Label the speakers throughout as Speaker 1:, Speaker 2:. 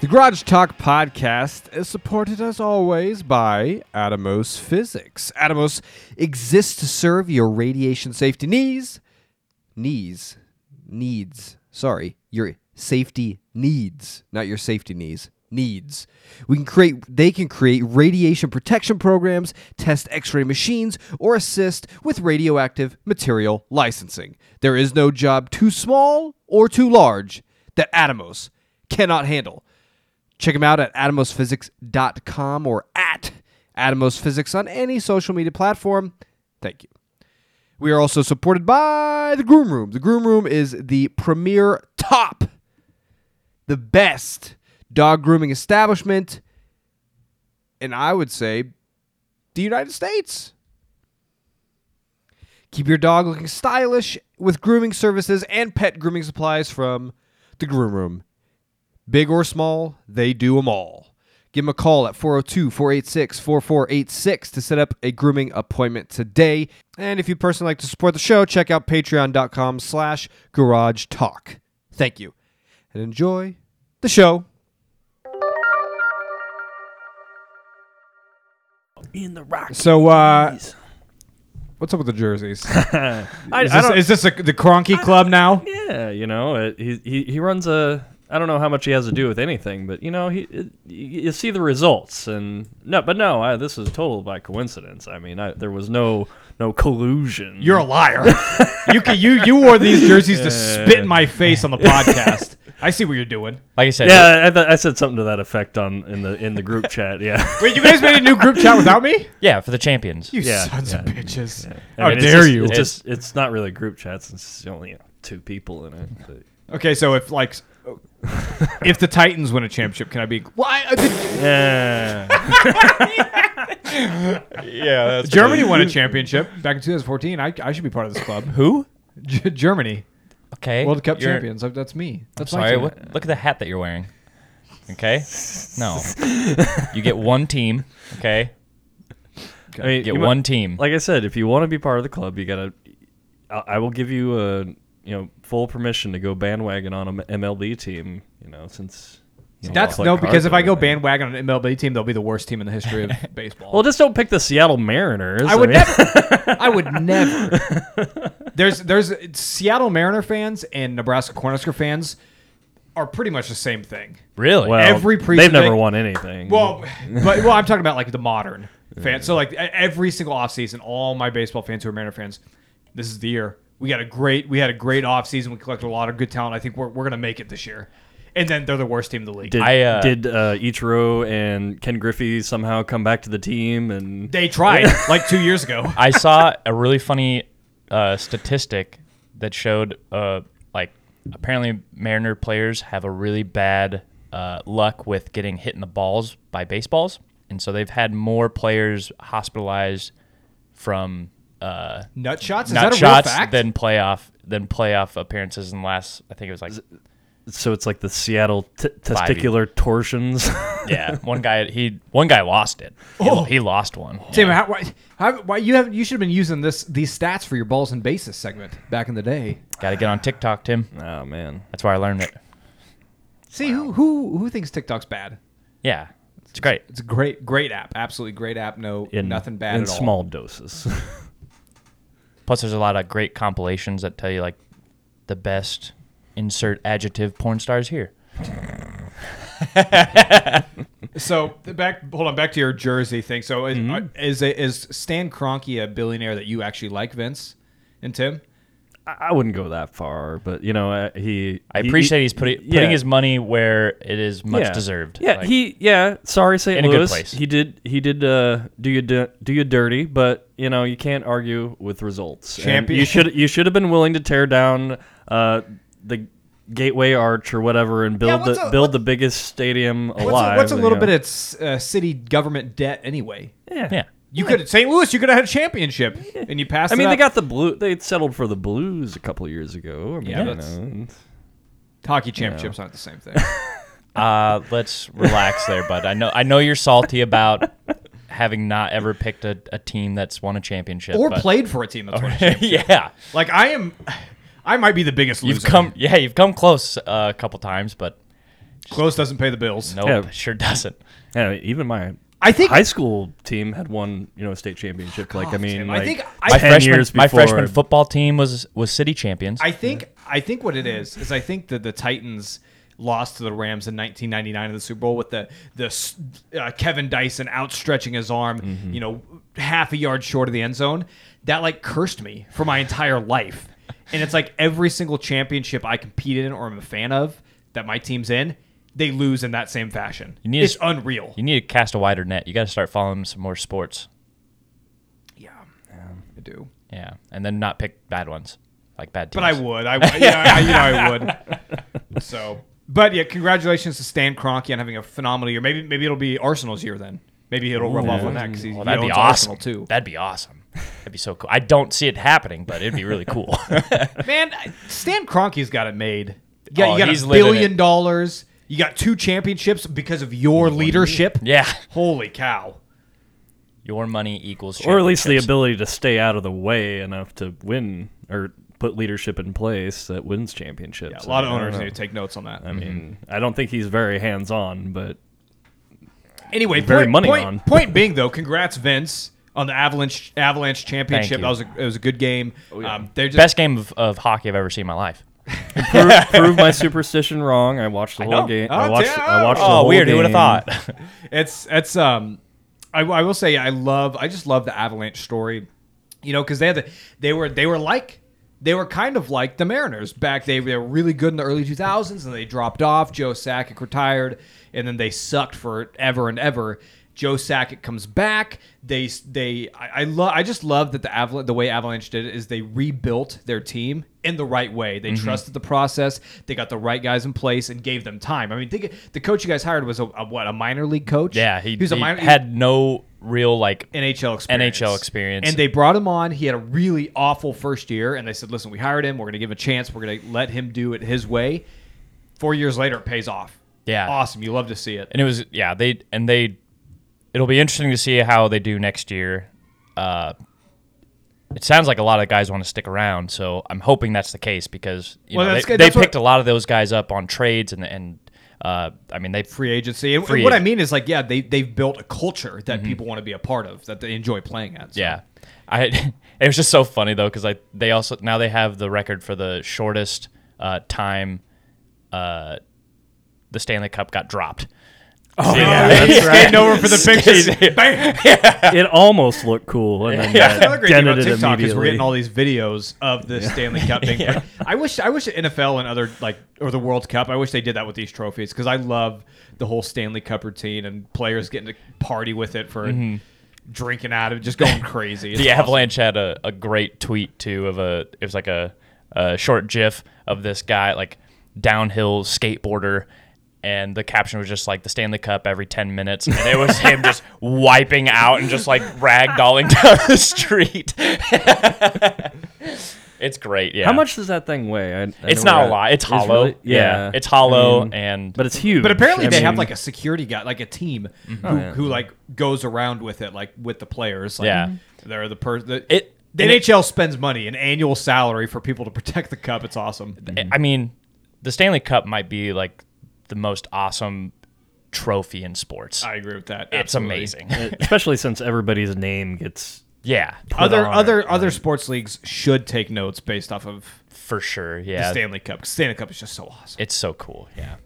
Speaker 1: The Garage Talk podcast is supported as always by Atomos Physics. Atomos exists to serve your radiation safety needs, knees, needs. Sorry, your safety needs, not your safety knees. Needs. We can create. They can create radiation protection programs, test X-ray machines, or assist with radioactive material licensing. There is no job too small or too large that Atomos cannot handle. Check them out at atomosphysics.com or at atomosphysics on any social media platform. Thank you. We are also supported by the Groom Room. The Groom Room is the premier top, the best dog grooming establishment, and I would say the United States. Keep your dog looking stylish with grooming services and pet grooming supplies from the Groom Room. Big or small, they do 'em all. Give them a call at 402 486 4486 to set up a grooming appointment today. And if you personally like to support the show, check out patreon.com slash garage talk. Thank you. And enjoy the show.
Speaker 2: in the rock.
Speaker 1: So, uh, what's up with the jerseys? Is
Speaker 2: I, I
Speaker 1: this,
Speaker 2: don't.
Speaker 1: is this a, the Cronky Club now?
Speaker 2: yeah, you know, it, he, he he runs a. I don't know how much he has to do with anything, but you know, he it, you you see the results, and no, but no, I, this is total by coincidence. I mean, I, there was no no collusion.
Speaker 3: You're a liar. you can, you you wore these jerseys to spit in my face on the podcast. I see what you're doing.
Speaker 4: Like I said,
Speaker 2: yeah, I, th- I said something to that effect on in the in the group chat. Yeah,
Speaker 3: Wait, you guys made a new group chat without me?
Speaker 4: yeah, for the champions.
Speaker 3: You
Speaker 2: Yeah,
Speaker 3: sons of
Speaker 2: yeah.
Speaker 3: bitches.
Speaker 2: I
Speaker 3: How
Speaker 2: mean, it's
Speaker 3: dare
Speaker 2: just-
Speaker 3: you?
Speaker 2: It's just it's not really group chat since it's only you know, two people in it. but-
Speaker 3: Okay, so if like if the Titans win a championship, can I be Why
Speaker 2: yeah,
Speaker 4: yeah. That's
Speaker 3: Germany won a championship back in 2014. I, I should be part of this club.
Speaker 4: Who?
Speaker 3: G- Germany
Speaker 4: Okay.
Speaker 3: World Cup
Speaker 4: you're-
Speaker 3: champions. Like, That's me. That's my
Speaker 4: Sorry.
Speaker 3: team.
Speaker 4: What, look at the hat that you're wearing. Okay. No. you get one team. Okay.
Speaker 2: I mean,
Speaker 4: You get
Speaker 2: you mu-
Speaker 4: one team.
Speaker 2: like I said, if you want to be part of the club, you gotta. I, I will give you a you know full permission to go bandwagon on an MLB team. You know since you know,
Speaker 3: That's
Speaker 2: it's like
Speaker 3: no, because if I go
Speaker 2: Carter, man.
Speaker 3: bandwagon on an MLB team, they'll be the worst team in the history of baseball.
Speaker 2: well, just don't pick the Seattle Mariners.
Speaker 3: I would
Speaker 2: mean-
Speaker 3: never. I would never. There's there's Seattle Mariner fans and Nebraska Cornhusker fans are pretty much the same thing.
Speaker 4: really?
Speaker 2: Well,
Speaker 3: every
Speaker 2: they've
Speaker 3: preseason-
Speaker 2: never won anything.
Speaker 3: Well, but well, I'm talking about like the modern fans. So like e- every single offseason, all my baseball fans who are Mariner fans, this is the year. We got a great we had a great offseason. We collected a lot of good talent. I think we're we're gonna make it this year. And then they're the worst team in the league.
Speaker 2: did
Speaker 4: I, uh,
Speaker 2: did uh, Ichiro and Ken Griffey somehow come back to the team and
Speaker 3: they tried like two years ago.
Speaker 4: I saw a really funny uh, statistic that showed uh, like apparently Mariner players have a really bad uh, luck with getting hit in the balls by baseballs, and so they've had more players hospitalized from uh,
Speaker 3: Nut shots? Is
Speaker 4: not
Speaker 3: that a
Speaker 4: shots
Speaker 3: real fact?
Speaker 4: than playoff than playoff appearances in the last I think it was like
Speaker 2: so it's like the Seattle t- testicular torsions.
Speaker 4: yeah one guy he one guy lost it he,
Speaker 3: Oh.
Speaker 4: he lost one
Speaker 3: Tim, how, why, how, why you have you should have been using this these stats for your balls and bases segment back in the day.
Speaker 4: got to get on TikTok Tim
Speaker 2: oh man,
Speaker 4: that's where I learned it
Speaker 3: See who who who thinks TikTok's bad?
Speaker 4: yeah it's great
Speaker 3: It's a great great app, absolutely great app. No,
Speaker 2: in
Speaker 3: nothing bad
Speaker 2: in
Speaker 3: at all.
Speaker 2: small doses.
Speaker 4: Plus, there's a lot of great compilations that tell you like the best insert adjective porn stars here.
Speaker 3: So back, hold on, back to your jersey thing. So is
Speaker 2: Mm-hmm.
Speaker 3: uh, is, is Stan Kroenke a billionaire that you actually like, Vince and Tim?
Speaker 2: I I wouldn't go that far, but you know, uh, he.
Speaker 4: I
Speaker 2: he-
Speaker 4: appreciate
Speaker 2: he-
Speaker 4: he's putting
Speaker 2: yeah.
Speaker 4: putting his money where it is much
Speaker 2: yeah.
Speaker 4: deserved.
Speaker 2: Yeah,
Speaker 4: Like,
Speaker 2: he. Yeah, sorry, St.
Speaker 4: In a
Speaker 2: Louis.
Speaker 4: good place.
Speaker 2: He did. He did uh, do you di- do you dirty, but you know you can't argue with results. And
Speaker 3: Champion-
Speaker 2: You should you should have been willing to tear down uh, the Gateway Arch or whatever and build
Speaker 3: what's
Speaker 2: the
Speaker 3: a-
Speaker 2: build
Speaker 3: what-
Speaker 2: the biggest stadium
Speaker 3: What's
Speaker 2: alive.
Speaker 3: a, what's a
Speaker 2: you
Speaker 3: little
Speaker 2: know.
Speaker 3: bit of s- uh, city government debt anyway?
Speaker 2: yeah.
Speaker 4: yeah.
Speaker 3: You could St. Louis, you could have had a championship, and you passed.
Speaker 2: I
Speaker 3: it
Speaker 2: mean, they
Speaker 3: up.
Speaker 2: got the blue. They settled for the Blues a couple of years ago. I mean,
Speaker 3: Yeah,
Speaker 2: you
Speaker 3: that's-
Speaker 2: know.
Speaker 3: hockey championships aren't the same thing.
Speaker 4: Uh, let's relax there, bud. I know I know you're salty about having not ever picked a, a team that's won a championship
Speaker 3: or
Speaker 4: but-
Speaker 3: played for a team that's won a championship.
Speaker 4: yeah,
Speaker 3: Like I am, I might be the biggest loser.
Speaker 4: you've come. Yeah, you've come close uh, a couple times, but
Speaker 3: Close doesn't pay the bills.
Speaker 4: Nope,
Speaker 2: Yeah.
Speaker 4: sure doesn't.
Speaker 2: Yeah, even my
Speaker 1: I think
Speaker 2: high school team had won, you know, a state championship. Like, I mean,
Speaker 3: Tim, Oh, I
Speaker 2: like
Speaker 3: think I-
Speaker 4: My
Speaker 2: 10
Speaker 4: freshman,
Speaker 2: years before.
Speaker 4: my freshman football team was was city champions.
Speaker 3: I think I think what it is is I think that the Titans lost to the Rams in 1999 in the Super Bowl with the the s- uh, Kevin Dyson outstretching his arm,
Speaker 4: Mm-hmm.
Speaker 3: you know, half a yard short of the end zone. That like cursed me for my entire life. And it's like every single championship I competed in or I'm a fan of that my team's in, they lose in that same fashion.
Speaker 4: You need
Speaker 3: it's
Speaker 4: to-
Speaker 3: unreal.
Speaker 4: you need to cast a wider net. You got to start following some more sports.
Speaker 3: Yeah, I do.
Speaker 4: Yeah, and then not pick bad ones, like bad teams.
Speaker 3: But I would. I would. Yeah, I- you know I would. So, but yeah, congratulations to Stan Kroenke on having a phenomenal year. Maybe maybe it'll be Arsenal's year then. Maybe it'll rub off on that because
Speaker 4: Well,
Speaker 3: he
Speaker 4: that'd
Speaker 3: owns
Speaker 4: be awesome.
Speaker 3: Arsenal too.
Speaker 4: That'd be awesome. That'd be so cool. I don't see it happening, but it'd be really cool.
Speaker 3: Man, I- Stan Kroenke's got it made. Yeah,
Speaker 4: Oh,
Speaker 3: you got
Speaker 4: he's
Speaker 3: a
Speaker 4: living
Speaker 3: billion
Speaker 4: it.
Speaker 3: dollars. You got two championships because of your leadership.
Speaker 4: yeah,
Speaker 3: Holy cow!
Speaker 4: your money equals
Speaker 2: or at least the
Speaker 4: championships.
Speaker 2: ability to stay out of the way enough to win or put leadership in place that wins championships.
Speaker 3: Yeah, a lot of
Speaker 2: I don't
Speaker 3: owners
Speaker 2: know.
Speaker 3: need to take notes on that.
Speaker 2: I mean, I don't think he's very hands on, but
Speaker 3: Anyway,
Speaker 2: Very
Speaker 3: point-
Speaker 2: money
Speaker 3: point-
Speaker 2: on.
Speaker 3: point being though, congrats Vince on the Avalanche Avalanche championship.
Speaker 4: you. Oh,
Speaker 3: That was a, it was a good game. um, they're just
Speaker 4: best game of, of hockey I've ever seen in my life.
Speaker 2: prove, prove my superstition wrong. I watched the whole
Speaker 4: know.
Speaker 2: game.
Speaker 3: Oh,
Speaker 2: I watched. I
Speaker 3: damn.
Speaker 2: watched the
Speaker 4: Oh,
Speaker 2: whole
Speaker 4: weird. Who
Speaker 2: game.
Speaker 4: would have thought?
Speaker 3: it's it's um I, I will say I love I just love the Avalanche story, you know, because they had the, they were they were like they were kind of like the Mariners back. They, they were really good in the early 2000s and they dropped off. Joe Sakic retired and then they sucked forever and ever. Joe Sakic comes back. They they I, I love I just love that the Aval- the way Avalanche did it is they rebuilt their team in the right way. They
Speaker 4: Mm-hmm.
Speaker 3: trusted the process. They got the right guys in place and gave them time. I mean, think the coach you guys hired was a, a what a minor league coach.
Speaker 4: yeah, he,
Speaker 3: was a
Speaker 4: he
Speaker 3: minor,
Speaker 4: had no real like.
Speaker 3: NHL experience.
Speaker 4: NHL experience.
Speaker 3: And they brought him on. He had a really awful first year, and they said, "Listen, we hired him. We're going to give him a chance. We're going to let him do it his way." Four years later, it pays off.
Speaker 4: Yeah.
Speaker 3: awesome. You love to see it.
Speaker 4: and it was yeah they and they it'll be interesting to see how they do next year uh it sounds like a lot of guys want to stick around so i'm hoping that's the case because you
Speaker 3: Well,
Speaker 4: know,
Speaker 3: that's
Speaker 4: they,
Speaker 3: good.
Speaker 4: they
Speaker 3: That's what-
Speaker 4: picked a lot of those guys up on trades and and uh i mean they
Speaker 3: Free agency. And
Speaker 4: Free
Speaker 3: what I
Speaker 4: agent.
Speaker 3: mean is, like, yeah, they they've built a culture that people want to be a part of, that they enjoy playing at. So.
Speaker 4: yeah i it was just so funny though because i they also now they have the record for the shortest uh time uh the stanley cup got dropped oh
Speaker 3: He's skating over for the pictures. Bam!
Speaker 2: It almost looked cool, and then
Speaker 3: That's another
Speaker 2: yeah,
Speaker 3: great thing about
Speaker 2: dented it
Speaker 3: TikTok is we're
Speaker 2: immediately.
Speaker 3: getting all these videos of the Stanley Cup being. played. I wish I wish the NFL and other like or the World Cup. I wish they did that with these trophies because I love the whole Stanley Cup routine and players getting to party with it for drinking out of it, just going crazy. It's
Speaker 4: Mm-hmm. the
Speaker 3: awesome.
Speaker 4: Avalanche had a, a great tweet too of a it was like a, a short GIF of this guy like downhill skateboarder, and the caption was just like the Stanley Cup every ten minutes, and it was him just wiping out and just like ragdolling down the street. it's great, yeah.
Speaker 2: How much does that thing weigh? I, I
Speaker 4: It's
Speaker 2: know
Speaker 4: not a
Speaker 2: that-
Speaker 4: lot. It's
Speaker 2: really-
Speaker 4: hollow. yeah. it's hollow
Speaker 2: I mean,
Speaker 4: and
Speaker 2: but it's huge.
Speaker 3: But apparently
Speaker 2: I
Speaker 3: they have
Speaker 2: mean,
Speaker 3: like a security guy, like a team
Speaker 4: Mm-hmm. Oh,
Speaker 3: who, who like goes around with it, like with the players. Like,
Speaker 4: Yeah.
Speaker 3: they're the person. The,
Speaker 4: It-
Speaker 3: the
Speaker 4: and it-
Speaker 3: NHL spends money, an annual salary for people to protect the cup. It's awesome.
Speaker 4: I mean, the Stanley Cup might be like the most awesome trophy in sports.
Speaker 3: I agree with that.
Speaker 4: it's
Speaker 3: Absolutely.
Speaker 4: amazing.
Speaker 2: especially since everybody's name gets
Speaker 4: yeah.
Speaker 2: put
Speaker 3: other
Speaker 2: on
Speaker 3: other
Speaker 2: it.
Speaker 3: other sports leagues should take notes based off of
Speaker 4: for sure.
Speaker 3: the
Speaker 4: Yeah,
Speaker 3: Stanley Cup. 'cause Stanley Cup is just so awesome.
Speaker 4: it's so cool. Yeah,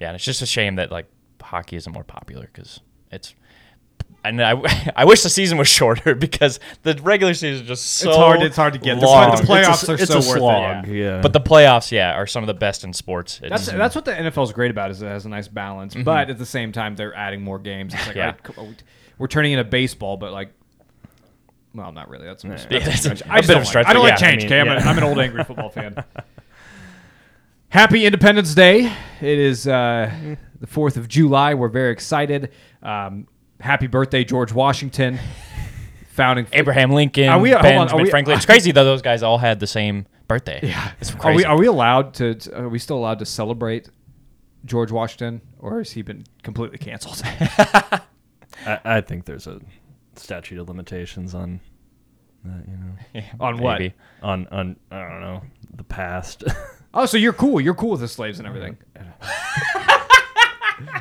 Speaker 4: yeah, and it's just a shame that like hockey isn't more popular because it's. And I, I wish the season was shorter because the regular season is just so
Speaker 3: It's hard- it's hard to get. That's why
Speaker 4: long.
Speaker 3: the playoffs
Speaker 2: it's a,
Speaker 3: are
Speaker 2: it's
Speaker 3: so
Speaker 2: a
Speaker 3: worth it,
Speaker 2: slog,
Speaker 3: yeah.
Speaker 2: yeah.
Speaker 4: But the playoffs, yeah, are some of the best in sports. It's,
Speaker 3: That's that's what the NFL is great about is it has a nice balance, but at the same time they're adding more games. It's like
Speaker 4: Mm-hmm. Yeah.
Speaker 3: like, come on, we- we're turning into baseball, but like. Well, not really. That's, that's
Speaker 4: Yeah, that's a-
Speaker 3: that's
Speaker 4: a
Speaker 3: I just don't
Speaker 4: bit of a
Speaker 3: like,
Speaker 4: stretch,
Speaker 3: I don't
Speaker 4: but
Speaker 3: like
Speaker 4: yeah, I
Speaker 3: change,
Speaker 4: mean,
Speaker 3: okay? I'm, a-
Speaker 4: yeah.
Speaker 3: I'm an old angry football fan. Happy Independence Day. It is uh,
Speaker 4: Mm-hmm.
Speaker 3: the 4th of July. We're very excited. Um, happy birthday, George Washington, founding
Speaker 4: Abraham Lincoln,
Speaker 3: Are we- hold on, are
Speaker 4: Benjamin
Speaker 3: we-
Speaker 4: Franklin. It's crazy though; those guys all had the same birthday. Yeah, it's
Speaker 3: Are
Speaker 4: crazy.
Speaker 3: we are we allowed to? to- Are we still allowed to celebrate George Washington, or has he been completely canceled?
Speaker 2: I, I think there's a statute of limitations on that, you know,
Speaker 3: On what?
Speaker 4: Maybe.
Speaker 2: on on I don't know the past.
Speaker 3: Oh, so you're cool. You're cool with the slaves and everything.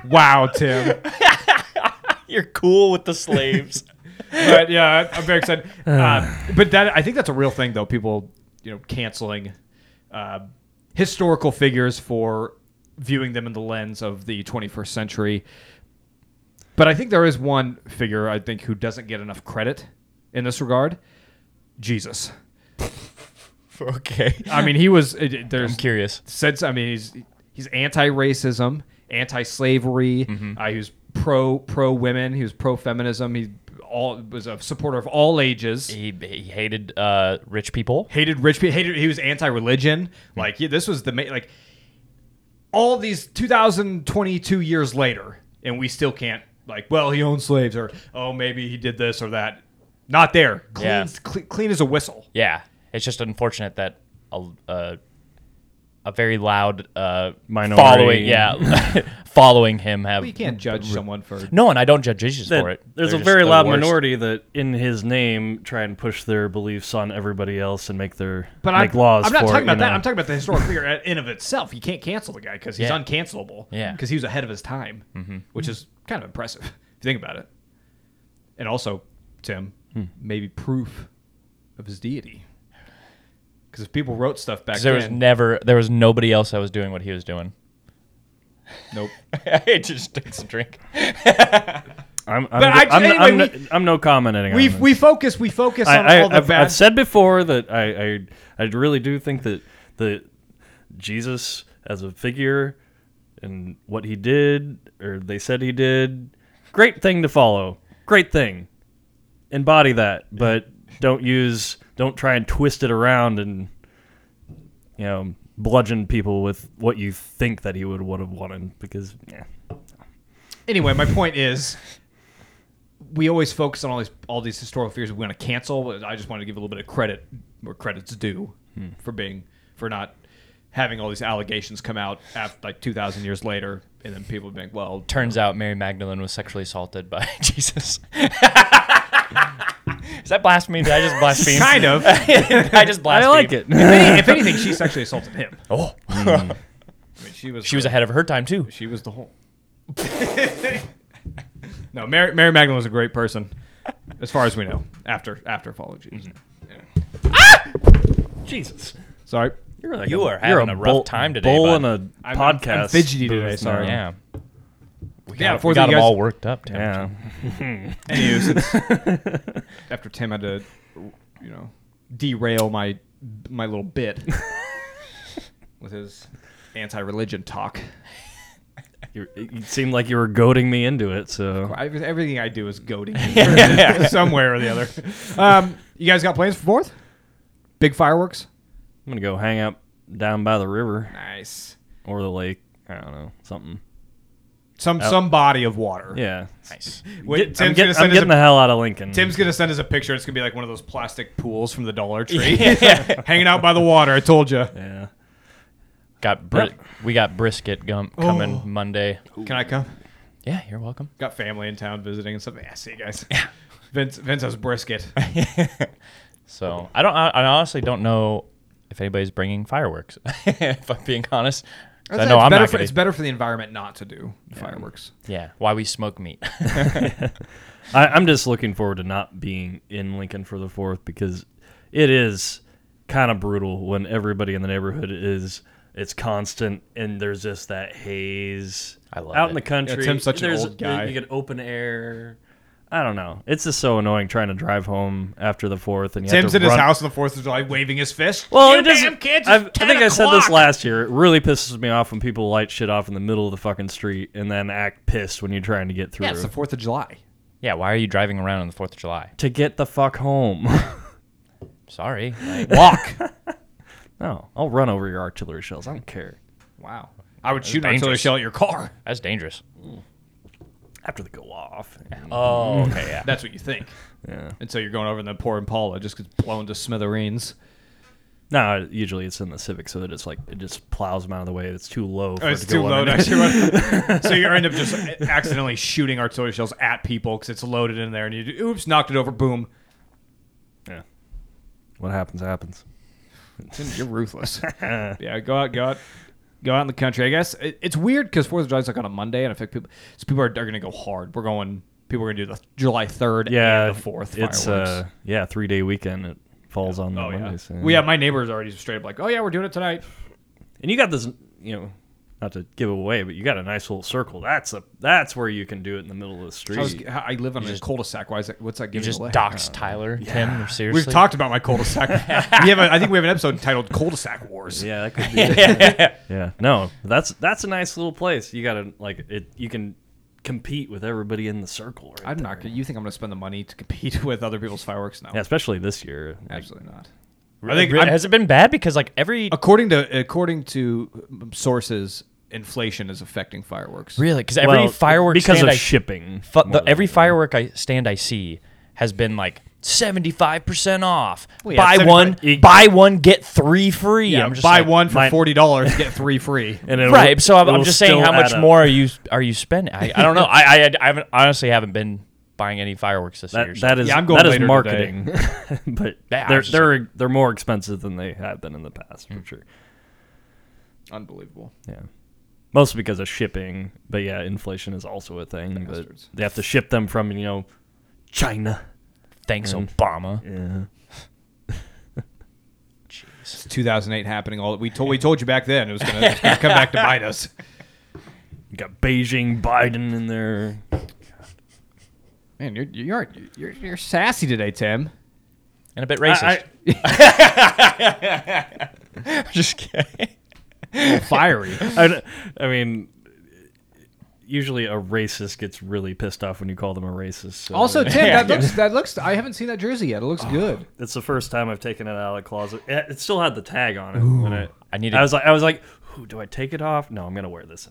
Speaker 3: Wow, Tim.
Speaker 4: You're cool with the slaves.
Speaker 3: But yeah, I'm very excited. Uh, but that I think that's a real thing though. People, you know, canceling uh, historical figures for viewing them in the lens of the 21st century. But I think there is one figure I think who doesn't get enough credit in this regard. Jesus.
Speaker 4: okay.
Speaker 3: I mean, he was. it- it- There's
Speaker 4: I'm curious.
Speaker 3: since I mean he's he's anti-racism, anti-slavery. Uh, he was pro pro women. He was pro feminism. He all was a supporter of all ages.
Speaker 4: He, he hated uh, rich people.
Speaker 3: hated rich people. Hated he was anti-religion. Like he, this was the ma- like all these 2022 years later, and we still can't like. Well, he owned slaves, or oh maybe he did this or that. Not there. Clean,
Speaker 4: Yeah.
Speaker 3: cl- clean as a whistle.
Speaker 4: Yeah, it's just unfortunate that a a, a very loud uh,
Speaker 2: Minority.
Speaker 4: following, yeah, following him have.
Speaker 3: You can't judge someone for
Speaker 4: No, and I don't judge Jesus
Speaker 2: That-
Speaker 4: for it.
Speaker 2: There's
Speaker 4: They're
Speaker 2: a
Speaker 4: just
Speaker 2: very
Speaker 4: the
Speaker 2: loud
Speaker 4: worst.
Speaker 2: minority that, in his name, try and push their beliefs on everybody else and make their
Speaker 3: But
Speaker 2: make
Speaker 3: I'm,
Speaker 2: laws.
Speaker 3: I'm not
Speaker 2: for
Speaker 3: talking
Speaker 2: it,
Speaker 3: about
Speaker 2: you
Speaker 3: that.
Speaker 2: know.
Speaker 3: I'm talking about the historic figure at- in of itself. You can't cancel the guy because he's
Speaker 4: Yeah.
Speaker 3: uncancelable.
Speaker 4: Yeah.
Speaker 3: Because he was ahead of his time,
Speaker 2: Mm-hmm.
Speaker 3: which is kind of impressive if you think about it. And also, Tim,
Speaker 2: Hmm.
Speaker 3: maybe proof of his deity. Because if people wrote stuff back
Speaker 4: 'Cause There was
Speaker 3: then,
Speaker 4: never, there was nobody else that was doing what he was doing.
Speaker 3: nope.
Speaker 4: it just takes a drink.
Speaker 2: I'm, I'm, I'm,
Speaker 3: But I-
Speaker 2: I'm,
Speaker 3: anyway,
Speaker 2: I'm- I'm no commenting.
Speaker 3: We
Speaker 2: on this.
Speaker 3: we focus we focus on
Speaker 2: I, I,
Speaker 3: all the
Speaker 2: I've,
Speaker 3: bad.
Speaker 2: I've said before that I, I I really do think that the Jesus as a figure and what he did or they said he did, great thing to follow, great thing, embody that, but don't use don't try and twist it around and you know bludgeon people with what you think that he would would have wanted because yeah.
Speaker 3: anyway, my point is, we always focus on all these all these historical figures we want to cancel. But I just wanted to give a little bit of credit where credit's due
Speaker 4: Hmm.
Speaker 3: for being for not having all these allegations come out after like two thousand years later, and then people being well,
Speaker 4: Turns out Mary Magdalene was sexually assaulted by Jesus. Is that blasphemy? Did I just blaspheme?
Speaker 3: kind of.
Speaker 4: I just
Speaker 2: I
Speaker 4: blasphemed.
Speaker 2: like it.
Speaker 3: if anything, she sexually assaulted him.
Speaker 4: Oh,
Speaker 3: I mean, she was
Speaker 4: she was ahead of her time too.
Speaker 3: she was the whole. no, Mary, Mary Magdalene was a great person, as far as we know. After after following Jesus,
Speaker 4: Mm-hmm.
Speaker 2: Jesus.
Speaker 3: sorry,
Speaker 2: You're like
Speaker 4: You
Speaker 2: a,
Speaker 4: are
Speaker 2: you're
Speaker 4: having a rough
Speaker 2: bull-
Speaker 4: time today,
Speaker 2: Bull
Speaker 4: bud.
Speaker 2: in a
Speaker 3: I'm- I'm
Speaker 2: podcast.
Speaker 3: fidgety
Speaker 2: booth
Speaker 3: today,
Speaker 2: now.
Speaker 3: sorry.
Speaker 4: Yeah,
Speaker 3: yeah,
Speaker 4: we
Speaker 3: before
Speaker 4: got
Speaker 3: you
Speaker 4: them
Speaker 3: guys-
Speaker 4: all worked up. Tim.
Speaker 2: Yeah.
Speaker 3: Anywho, since after Tim had to, you know, derail my my little bit with his anti-religion talk,
Speaker 2: You're, it seemed like you were goading me into it, so
Speaker 3: I, everything I do is goading you somewhere or the other. Um, you guys got plans for Fourth? Big fireworks?
Speaker 2: I'm gonna go hang out down by the river
Speaker 3: Nice.
Speaker 2: or the lake. I don't know something.
Speaker 3: Some some body of water.
Speaker 2: Oh. Yeah,
Speaker 4: Nice.
Speaker 3: Wait,
Speaker 2: Get- I'm,
Speaker 3: Tim's
Speaker 2: get-
Speaker 3: gonna
Speaker 2: I'm
Speaker 3: send us
Speaker 2: getting
Speaker 3: a-
Speaker 2: the hell out of Lincoln.
Speaker 3: Tim's gonna send us a picture. It's gonna be like one of those plastic pools from the Dollar Tree, hanging out by the water. I told you.
Speaker 2: yeah,
Speaker 4: Got bri- we got brisket gump coming
Speaker 3: Oh.
Speaker 4: Monday.
Speaker 3: Can I come?
Speaker 4: Yeah, you're welcome.
Speaker 3: Got family in town visiting and stuff. Yeah, see you guys. Vince, Vince has brisket.
Speaker 4: So I don't. I, I honestly don't know if anybody's bringing fireworks. if I'm being honest, 'Cause I know
Speaker 3: it's
Speaker 4: I'm
Speaker 3: better
Speaker 4: not
Speaker 3: for,
Speaker 4: going
Speaker 3: It's better for the environment not to do fireworks.
Speaker 4: Yeah, why we smoke meat.
Speaker 2: I, I'm just looking forward to not being in Lincoln for the fourth because it is kind of brutal when everybody in the neighborhood is. It's constant, and there's just that haze.
Speaker 4: I love
Speaker 2: out
Speaker 4: it.
Speaker 2: in the country.
Speaker 3: Yeah, Tim's such an
Speaker 2: there's-
Speaker 3: old guy.
Speaker 2: You get open air. I don't know. It's just so annoying trying to drive home after the fourth, and you have
Speaker 3: Tim's
Speaker 2: to
Speaker 3: in his
Speaker 2: run-
Speaker 3: house on the Fourth of July, waving his fist.
Speaker 2: Well,
Speaker 3: you
Speaker 2: it doesn't.
Speaker 3: damn kids!
Speaker 2: I've-
Speaker 3: it's
Speaker 2: I think
Speaker 3: 10
Speaker 2: I said this
Speaker 3: o'clock.
Speaker 2: last year. It really pisses me off when people light shit off in the middle of the fucking street and then act pissed when you're trying to get through
Speaker 3: Yeah, it's the Fourth of July.
Speaker 4: yeah, why are you driving around on the Fourth of July?
Speaker 2: to get the fuck home.
Speaker 4: Sorry. Like,
Speaker 3: Walk.
Speaker 2: no, I'll run over your artillery shells. I don't care.
Speaker 3: wow. I would shoot an
Speaker 4: dangerous.
Speaker 3: artillery shell at your car.
Speaker 4: that's dangerous.
Speaker 2: After they go off,
Speaker 4: Oh, okay, yeah.
Speaker 3: That's what you think.
Speaker 2: yeah.
Speaker 3: And so you're going over, and then poor Impala just gets blown to smithereens.
Speaker 2: No, usually it's in the Civic, so that it's like it just plows them out of the way. It's too low. For
Speaker 3: Oh,
Speaker 2: it
Speaker 3: it's
Speaker 2: to go
Speaker 3: too low.
Speaker 2: on.
Speaker 3: To actually run. so you end up just accidentally shooting artillery shells at people because it's loaded in there, and you do, oops, knocked it over. Boom.
Speaker 2: Yeah. What happens happens.
Speaker 3: Tim, You're ruthless. yeah, go out, go out. go out in the country. I guess it, it's weird because Fourth of July is like on a Monday, and I think people so people are, are going to go hard. We're going. People are going to do the July third.
Speaker 2: yeah,
Speaker 3: and the fourth.
Speaker 2: It's uh, yeah, three day weekend. It falls on the
Speaker 3: oh yeah.
Speaker 2: Mondays.
Speaker 3: Well, yeah, my neighbor's already straight up like, oh yeah, we're doing it tonight.
Speaker 2: and you got this, you know, not to give away, but you got a nice little circle. That's a that's where you can do it in the middle of the street.
Speaker 3: I, was, I live on a cul-de-sac. Why is that? What's that
Speaker 4: You
Speaker 3: giving
Speaker 4: just
Speaker 3: away?
Speaker 4: dox Tyler, Tim, seriously.
Speaker 3: uh, We've talked about my cul-de-sac. we have a, I think we have an episode titled "Cul-de-sac Wars."
Speaker 2: Yeah, that could be. it. yeah, no, that's that's a nice little place. You gotta like it. You can compete with everybody in the circle. Right
Speaker 3: I'm
Speaker 2: there.
Speaker 3: not. gonna- You think I'm going to spend the money to compete with other people's fireworks? No,
Speaker 2: Yeah, especially this year. Like,
Speaker 3: absolutely not.
Speaker 4: I think has it been bad because like every
Speaker 3: According to according to sources, inflation is affecting fireworks.
Speaker 4: really because every
Speaker 2: well,
Speaker 4: firework
Speaker 2: because
Speaker 4: stand
Speaker 2: of
Speaker 4: I-
Speaker 2: shipping.
Speaker 4: fu-
Speaker 2: more
Speaker 4: the-
Speaker 2: than
Speaker 4: every
Speaker 2: anything.
Speaker 4: firework I stand I see has been like. 75% off.
Speaker 3: yeah,
Speaker 4: buy
Speaker 3: 75
Speaker 4: one, buy one, get three free.
Speaker 3: Yeah,
Speaker 4: I'm just
Speaker 3: buy
Speaker 4: like,
Speaker 3: one for
Speaker 2: mine-
Speaker 3: forty dollars, get three free.
Speaker 2: and it'll-
Speaker 4: right. So I'm, I'm
Speaker 2: it'll
Speaker 4: just saying,
Speaker 2: still
Speaker 4: how much
Speaker 2: add up.
Speaker 4: more are you are you spending? I, I don't know. I, I I haven't honestly haven't been buying any fireworks this year.
Speaker 2: That,
Speaker 4: so-
Speaker 2: that is
Speaker 3: Yeah, I'm going
Speaker 2: that is
Speaker 3: later
Speaker 2: marketing, but
Speaker 4: Yeah, I
Speaker 2: they're
Speaker 4: was just Hmm.
Speaker 2: they're they're more expensive than they have been in the past for sure.
Speaker 3: Unbelievable.
Speaker 2: Yeah, mostly because of shipping. But yeah, inflation is also a thing. But
Speaker 3: Bastards.
Speaker 2: they have to ship them from you know China.
Speaker 4: Thanks,
Speaker 2: mm-hmm.
Speaker 4: Obama.
Speaker 2: Yeah.
Speaker 3: It's 2008 happening. All we told we told you back then it was going to come back to bite us.
Speaker 2: You got Beijing Biden in there.
Speaker 3: Man, you're you're you're, you're sassy today, Tim.
Speaker 4: And a bit racist.
Speaker 2: I-
Speaker 4: just kidding.
Speaker 3: Fiery.
Speaker 2: I, d- I mean, usually a racist gets really pissed off when you call them a racist. so-
Speaker 3: Also, Tim, that looks that looks. I haven't seen that jersey yet. It looks good.
Speaker 2: it's the first time I've taken it out of the closet. It, it still had the tag on it. When I,
Speaker 4: I need
Speaker 2: I
Speaker 4: to-
Speaker 2: was like, I was like, "Ooh, do I take it off? No, I'm gonna wear this.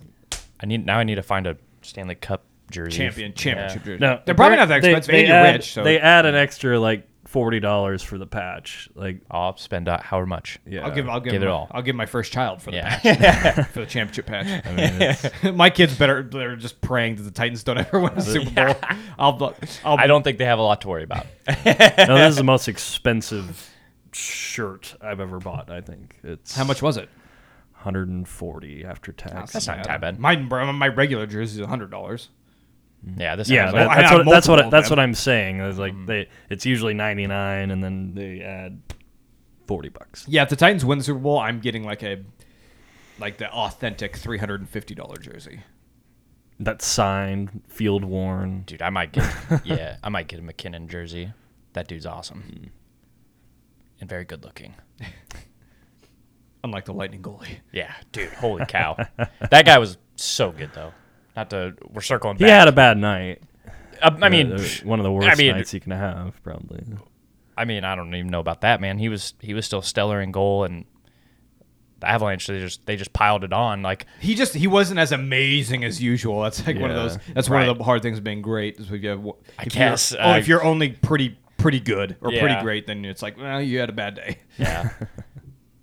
Speaker 4: I need now. I need to find a Stanley Cup jersey.
Speaker 3: championship jersey.
Speaker 2: No,
Speaker 3: they're probably not that
Speaker 2: they-
Speaker 3: expensive.
Speaker 2: They,
Speaker 3: and you're
Speaker 2: add,
Speaker 3: rich, so
Speaker 2: they add an extra like forty dollars for the patch. Like,
Speaker 4: I'll spend out however much.
Speaker 2: yeah,
Speaker 3: I'll give I'll give,
Speaker 4: Give it
Speaker 3: my,
Speaker 4: all.
Speaker 3: I'll give my first child for the
Speaker 4: Yeah.
Speaker 3: patch for the championship patch. my kids better they're just praying that the Titans don't ever win a Super Bowl. I'll I'll
Speaker 4: I don't think they have a lot to worry about.
Speaker 2: no, this is the most expensive shirt I've ever bought. I think it's
Speaker 3: How much was it?
Speaker 2: 140 after tax.
Speaker 4: That's not that bad.
Speaker 3: My my regular jersey is hundred dollars.
Speaker 4: Yeah, this
Speaker 2: Yeah,
Speaker 4: sounds
Speaker 2: that,
Speaker 4: like,
Speaker 3: I
Speaker 2: that's,
Speaker 3: have
Speaker 2: what, that's
Speaker 3: multiple
Speaker 2: what
Speaker 3: of
Speaker 2: that's
Speaker 3: them.
Speaker 2: what I'm saying. It's like
Speaker 3: Mm.
Speaker 2: they, it's usually 99, and then they add 40 bucks.
Speaker 3: Yeah, if the Titans win the Super Bowl, I'm getting like a like the authentic three hundred and fifty dollar jersey.
Speaker 2: That's signed, field worn.
Speaker 4: dude. I might get. yeah, I might get a McKinnon jersey. That dude's awesome and very good looking.
Speaker 3: Unlike the Lightning goalie.
Speaker 4: Yeah, dude. Holy cow, that guy was so good though. Not to we're circling
Speaker 2: He
Speaker 4: back.
Speaker 2: had a bad night.
Speaker 4: Uh, I mean,
Speaker 2: Uh,
Speaker 4: psh,
Speaker 2: one of the worst
Speaker 4: I mean,
Speaker 2: nights you can have, probably.
Speaker 4: I mean, I don't even know about that man. He was he was still stellar in goal, and the Avalanche they just they just piled it on. Like
Speaker 3: He just he wasn't as amazing as usual. That's like one of
Speaker 2: Yeah.
Speaker 3: those. That's one of the hard things of being great. Is if you have, I
Speaker 4: guess,
Speaker 3: You're, oh,
Speaker 4: uh,
Speaker 3: if you're only pretty pretty good or pretty
Speaker 4: Yeah.
Speaker 3: great, then it's like well, you had a bad day.
Speaker 4: yeah,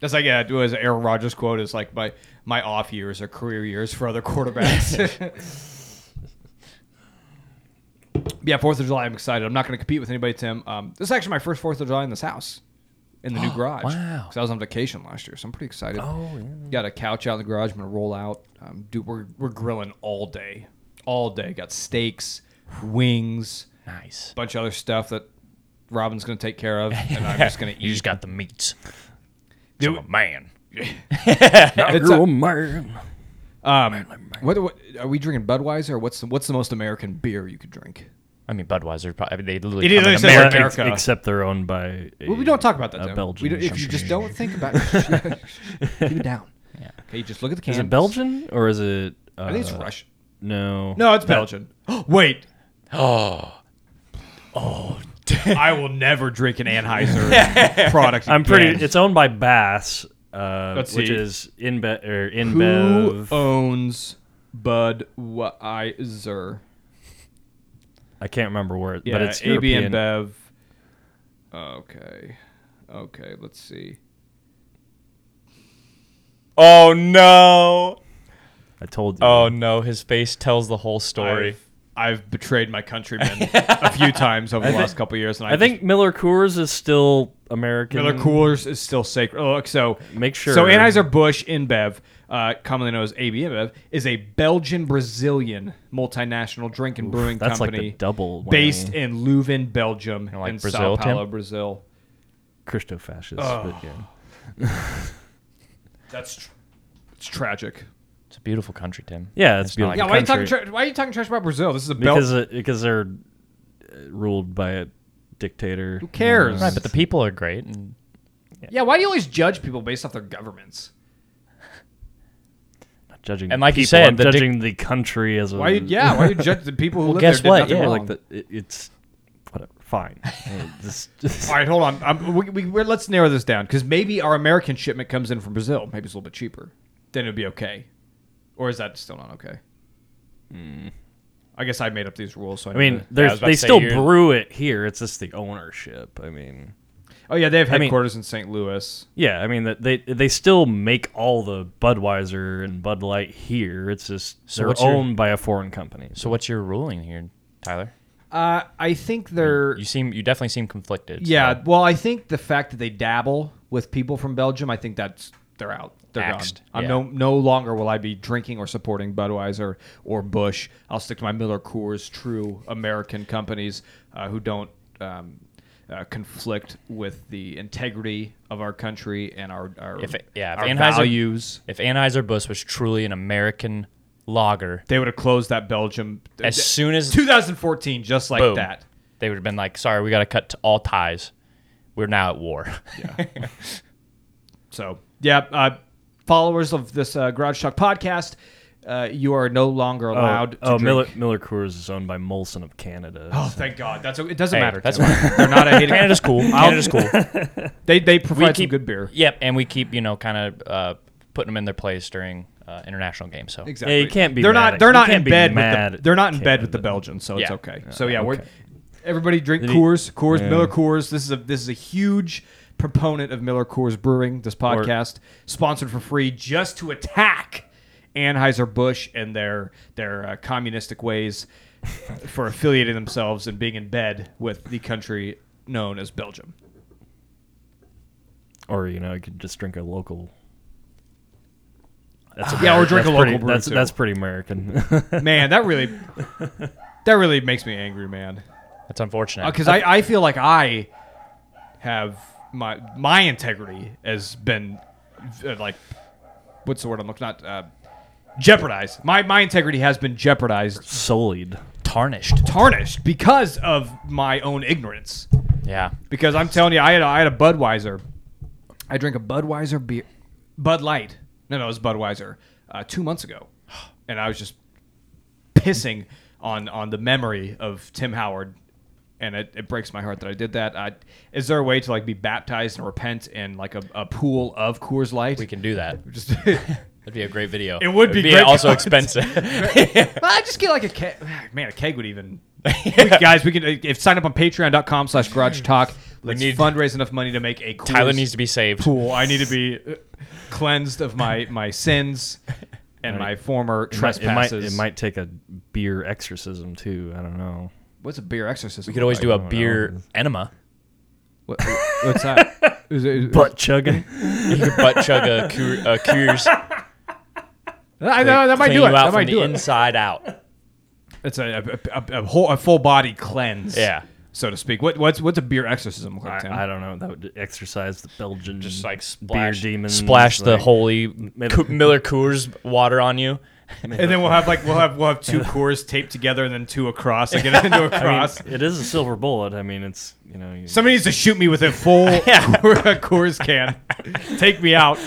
Speaker 3: That's like yeah, it was Aaron Rodgers quote is like my my off years are career years for other quarterbacks. yeah, Fourth of July. I'm excited. I'm not going to compete with anybody, Tim. Um, this is actually my first Fourth of July in this house, in the new garage.
Speaker 4: Wow.
Speaker 3: Because I was on vacation last year, so I'm pretty excited. Oh yeah. Got a couch out in the garage. I'm going to roll out. Um, dude, we're we're grilling all day, all day. Got steaks, wings,
Speaker 4: nice.
Speaker 3: bunch of other stuff that Robin's going to take care of, and I'm just going to eat.
Speaker 4: You just got the meats. Dude, I'm a man.
Speaker 3: It's a-
Speaker 2: man.
Speaker 3: Um, what, what are we drinking Budweiser? Or what's the, what's the most American beer you could drink?
Speaker 4: I mean, Budweiser. Probably I mean, they literally.
Speaker 3: It
Speaker 4: come in
Speaker 3: is-
Speaker 4: America.
Speaker 3: America.
Speaker 2: except they're owned by. A,
Speaker 3: Well, we don't talk about that.
Speaker 2: a
Speaker 3: Tim.
Speaker 2: Belgian.
Speaker 3: We don't- if
Speaker 2: company.
Speaker 3: you just don't think about it, keep it down.
Speaker 4: Yeah.
Speaker 3: Okay, you just look at the can.
Speaker 2: Is it Belgian or is it? Uh,
Speaker 3: I think it's Russian.
Speaker 2: No.
Speaker 3: No, it's Belgian. Wait,
Speaker 4: Oh,
Speaker 3: I will never drink an Anheuser product.
Speaker 2: I'm pretty.
Speaker 3: again.
Speaker 2: It's owned by Bass, uh,
Speaker 3: Let's
Speaker 2: which
Speaker 3: see.
Speaker 2: is Inbe- or
Speaker 3: Who
Speaker 2: InBev.
Speaker 3: owns Budweiser?
Speaker 2: I can't remember where, it,
Speaker 3: Yeah,
Speaker 2: but it's
Speaker 3: AB
Speaker 2: European.
Speaker 3: and Bev. Okay, okay. Let's see.
Speaker 4: oh no,
Speaker 2: I told you.
Speaker 3: Oh,
Speaker 4: oh no. His face tells the whole story.
Speaker 3: I've, I've betrayed my countrymen a few times over the last couple of years, and I,
Speaker 2: I think Miller Coors is still American.
Speaker 3: just- Miller Coors is still sacred. Oh, Look, so
Speaker 2: Make sure.
Speaker 3: So Anheuser Busch InBev, uh, commonly known as AB InBev, is a Belgian Brazilian multinational drink and brewing
Speaker 2: that's like the
Speaker 3: company
Speaker 2: double whammy.
Speaker 3: based in Leuven, Belgium,
Speaker 4: like
Speaker 3: and Sao
Speaker 4: Brazil, Tim?
Speaker 3: Paulo, Brazil.
Speaker 2: Christo fascists.
Speaker 3: Oh.
Speaker 2: But yeah.
Speaker 3: That's tr- it's tragic.
Speaker 4: It's a beautiful country, Tim.
Speaker 2: Yeah, it's
Speaker 4: not
Speaker 2: beautiful. Like
Speaker 3: Yeah, why are you talking?
Speaker 2: country.
Speaker 3: Tra- why are you talking trash about Brazil? This is a Bel-
Speaker 2: because it, because they're uh, ruled by a dictator.
Speaker 3: Who cares?
Speaker 4: Right, but the people are great. And
Speaker 3: yeah, why do you always judge people based off their governments?
Speaker 2: Not judging
Speaker 4: And like you
Speaker 2: people,
Speaker 4: said,
Speaker 2: I'm
Speaker 4: the dic-
Speaker 2: judging the country as a
Speaker 3: Why? You, yeah, why you judge the people who live
Speaker 4: guess
Speaker 3: there?
Speaker 4: what?
Speaker 3: Did nothing
Speaker 4: Yeah.
Speaker 2: Or
Speaker 3: wrong.
Speaker 2: like the it, it's whatever. Fine. Uh, this-
Speaker 3: All right, hold on. Um we, we, we- let's narrow this down because maybe our American shipment comes in from Brazil. Maybe it's a little bit cheaper. Then it'd be okay. Or is that still not okay? I guess I made up these rules. So Hmm.
Speaker 2: I
Speaker 3: I,
Speaker 2: mean,
Speaker 4: I was
Speaker 2: there's
Speaker 4: about
Speaker 2: they
Speaker 4: to say
Speaker 2: still
Speaker 4: you're-
Speaker 2: brew it here. It's just the ownership. I mean,
Speaker 3: oh yeah, they have
Speaker 2: mean-
Speaker 3: headquarters in St. Louis.
Speaker 2: yeah, I mean that they they still make all the Budweiser and Bud Light here. It's just they're
Speaker 4: what's your-
Speaker 2: owned by a foreign company.
Speaker 4: so, what's your ruling here, Tyler?
Speaker 3: Uh, I think they're
Speaker 4: You seem you definitely seem conflicted. so-
Speaker 3: yeah. Well, I think the fact that they dabble with people from Belgium, I think that's they're out. They're
Speaker 4: Axed,
Speaker 3: gone. I'm
Speaker 4: yeah.
Speaker 3: no no longer will I be drinking or supporting Budweiser or Bush. I'll stick to my Miller Coors, true American companies uh, who don't um, uh, conflict with the integrity of our country and our our,
Speaker 4: If it- yeah, if
Speaker 3: our
Speaker 4: Anheuser-
Speaker 3: values.
Speaker 4: If Anheuser Busch was truly an American lager,
Speaker 3: They would have closed that Belgium
Speaker 4: as soon as
Speaker 3: 2014, just like
Speaker 4: Boom.
Speaker 3: that.
Speaker 4: they would have been like, "Sorry, we got to cut to all ties. We're now at war."
Speaker 3: So, yeah, uh, followers of this uh, Garage Talk podcast, uh, you are no longer
Speaker 2: Oh,
Speaker 3: allowed to
Speaker 2: oh,
Speaker 3: drink.
Speaker 2: Miller Miller Coors is owned by Molson of Canada.
Speaker 3: Oh, thank God. That's it. Doesn't
Speaker 4: Hey,
Speaker 3: matter.
Speaker 4: that's
Speaker 3: Tim. they're not a hating.
Speaker 4: Canada's cool. Canada's cool.
Speaker 3: They they provide some good beer.
Speaker 4: Yep, and we keep you know kind of uh, putting them in their place during uh, international games. So
Speaker 3: Exactly.
Speaker 2: Yeah, you can't be
Speaker 3: They're
Speaker 2: mad
Speaker 3: not.
Speaker 2: at-
Speaker 3: They're
Speaker 2: you
Speaker 3: not
Speaker 2: can't
Speaker 3: in
Speaker 2: be
Speaker 3: bed with
Speaker 2: mad
Speaker 3: the.
Speaker 2: at
Speaker 3: They're not in bed with the
Speaker 2: Canada.
Speaker 3: Belgians, so it's
Speaker 4: Yeah.
Speaker 3: okay. So yeah,
Speaker 2: okay.
Speaker 3: we're everybody drink Coors, Coors, Miller Coors. This is a this is a huge proponent of Miller Coors Brewing. This podcast sponsored for free just to attack Anheuser Busch and their their uh, communistic ways for affiliating themselves and being in bed with the country known as Belgium.
Speaker 2: or you know, you could just drink a local. That's
Speaker 3: Yeah, or
Speaker 2: Ameri-
Speaker 3: drink
Speaker 2: that's
Speaker 3: a local
Speaker 2: pretty,
Speaker 3: brew,
Speaker 2: That's
Speaker 3: too.
Speaker 2: that's pretty American.
Speaker 3: Man, that really that really makes me angry, man.
Speaker 4: that's unfortunate.
Speaker 3: because Uh, I, I feel like I have my my integrity has been uh, like what's the word I'm looking not uh, jeopardized. My my integrity has been jeopardized,
Speaker 2: Sullied.
Speaker 4: Tarnished.
Speaker 3: tarnished because of my own ignorance.
Speaker 4: Yeah.
Speaker 3: Because I'm telling you, I had a, I had a Budweiser. I drank a Budweiser beer, Bud Light. No, no, it was Budweiser uh, two months ago, and I was just pissing on on the memory of Tim Howard, and it, it breaks my heart that I did that. I, is there a way to like be baptized and repent in like a, a pool of Coors Light?
Speaker 4: We can do that.
Speaker 3: just.
Speaker 4: That'd be a great video.
Speaker 3: It would
Speaker 4: It'd
Speaker 3: be great
Speaker 4: also
Speaker 3: content.
Speaker 4: expensive.
Speaker 3: I just get like a keg. Man, a keg would even. We- guys, we can if sign up on Patreon.com slash Garage Talk. Let's
Speaker 4: need-
Speaker 3: fundraise enough money to make a. Coors
Speaker 4: Tyler needs to be saved.
Speaker 3: pool. I need to be uh, cleansed of my my sins and my former
Speaker 2: It might,
Speaker 3: trespasses.
Speaker 2: it might take a beer exorcism too. I don't know.
Speaker 3: What's a beer exorcism?
Speaker 4: We could always do a
Speaker 2: know.
Speaker 4: beer enema.
Speaker 3: What, what's that? Is it- is-
Speaker 2: Butt chugging.
Speaker 4: You could butt chug a, cur- a Coors.
Speaker 3: I know that might
Speaker 4: clean
Speaker 3: do it.
Speaker 4: you out
Speaker 3: That
Speaker 4: from
Speaker 3: might
Speaker 4: the
Speaker 3: do it.
Speaker 4: inside out.
Speaker 3: It's a a, a, a whole a full body cleanse.
Speaker 4: Yeah.
Speaker 3: So to speak. What what's what's a beer exorcism look like? Tim?
Speaker 2: I, I don't know. That would exercise the Belgian
Speaker 4: Just like splash,
Speaker 2: beer demons.
Speaker 4: splash the
Speaker 2: like-
Speaker 4: holy Co- Miller Coors water on you.
Speaker 3: and then we'll have like we'll have we'll have two cores taped together and then two across. Like get into a
Speaker 2: I mean,
Speaker 3: cross.
Speaker 2: it is a silver bullet. I mean, it's you know. You,
Speaker 3: Somebody needs to shoot me with a full Coors can. Take me out.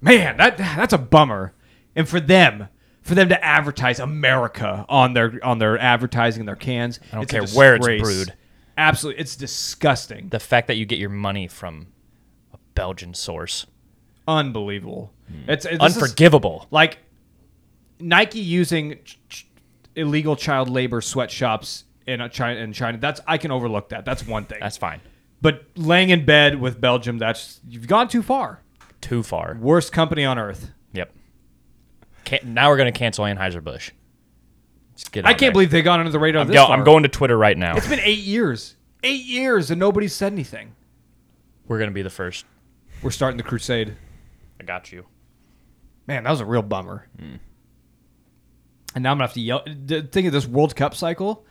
Speaker 3: Man, that that's a bummer. And for them, for them to advertise America on their on their advertising and their cans, I
Speaker 4: don't care where it's brewed.
Speaker 3: Absolutely, it's disgusting,
Speaker 4: The fact that you get your money from a Belgian source,
Speaker 3: unbelievable.
Speaker 4: Hmm.
Speaker 3: It's, it's this is-
Speaker 4: unforgivable.
Speaker 3: like Nike using ch- ch- illegal child labor sweatshops in uh, China. In China, that's I can overlook that. That's one thing.
Speaker 4: That's fine.
Speaker 3: But laying in bed with Belgium, that's you've gone too far.
Speaker 4: Too far.
Speaker 3: Worst company on earth.
Speaker 4: Yep. Can- now we're gonna cancel Anheuser Busch. Just get
Speaker 3: I
Speaker 4: on
Speaker 3: can't
Speaker 4: there.
Speaker 3: believe they got under the radar. this
Speaker 4: Yo,
Speaker 3: far.
Speaker 4: I'm going to Twitter right now.
Speaker 3: It's been eight years. Eight years, and nobody said anything.
Speaker 4: We're gonna be the first.
Speaker 3: We're starting the crusade.
Speaker 4: I got you.
Speaker 3: Man, that was a real bummer.
Speaker 4: Mm.
Speaker 3: And now I'm gonna have to yell. The thing of this World Cup cycle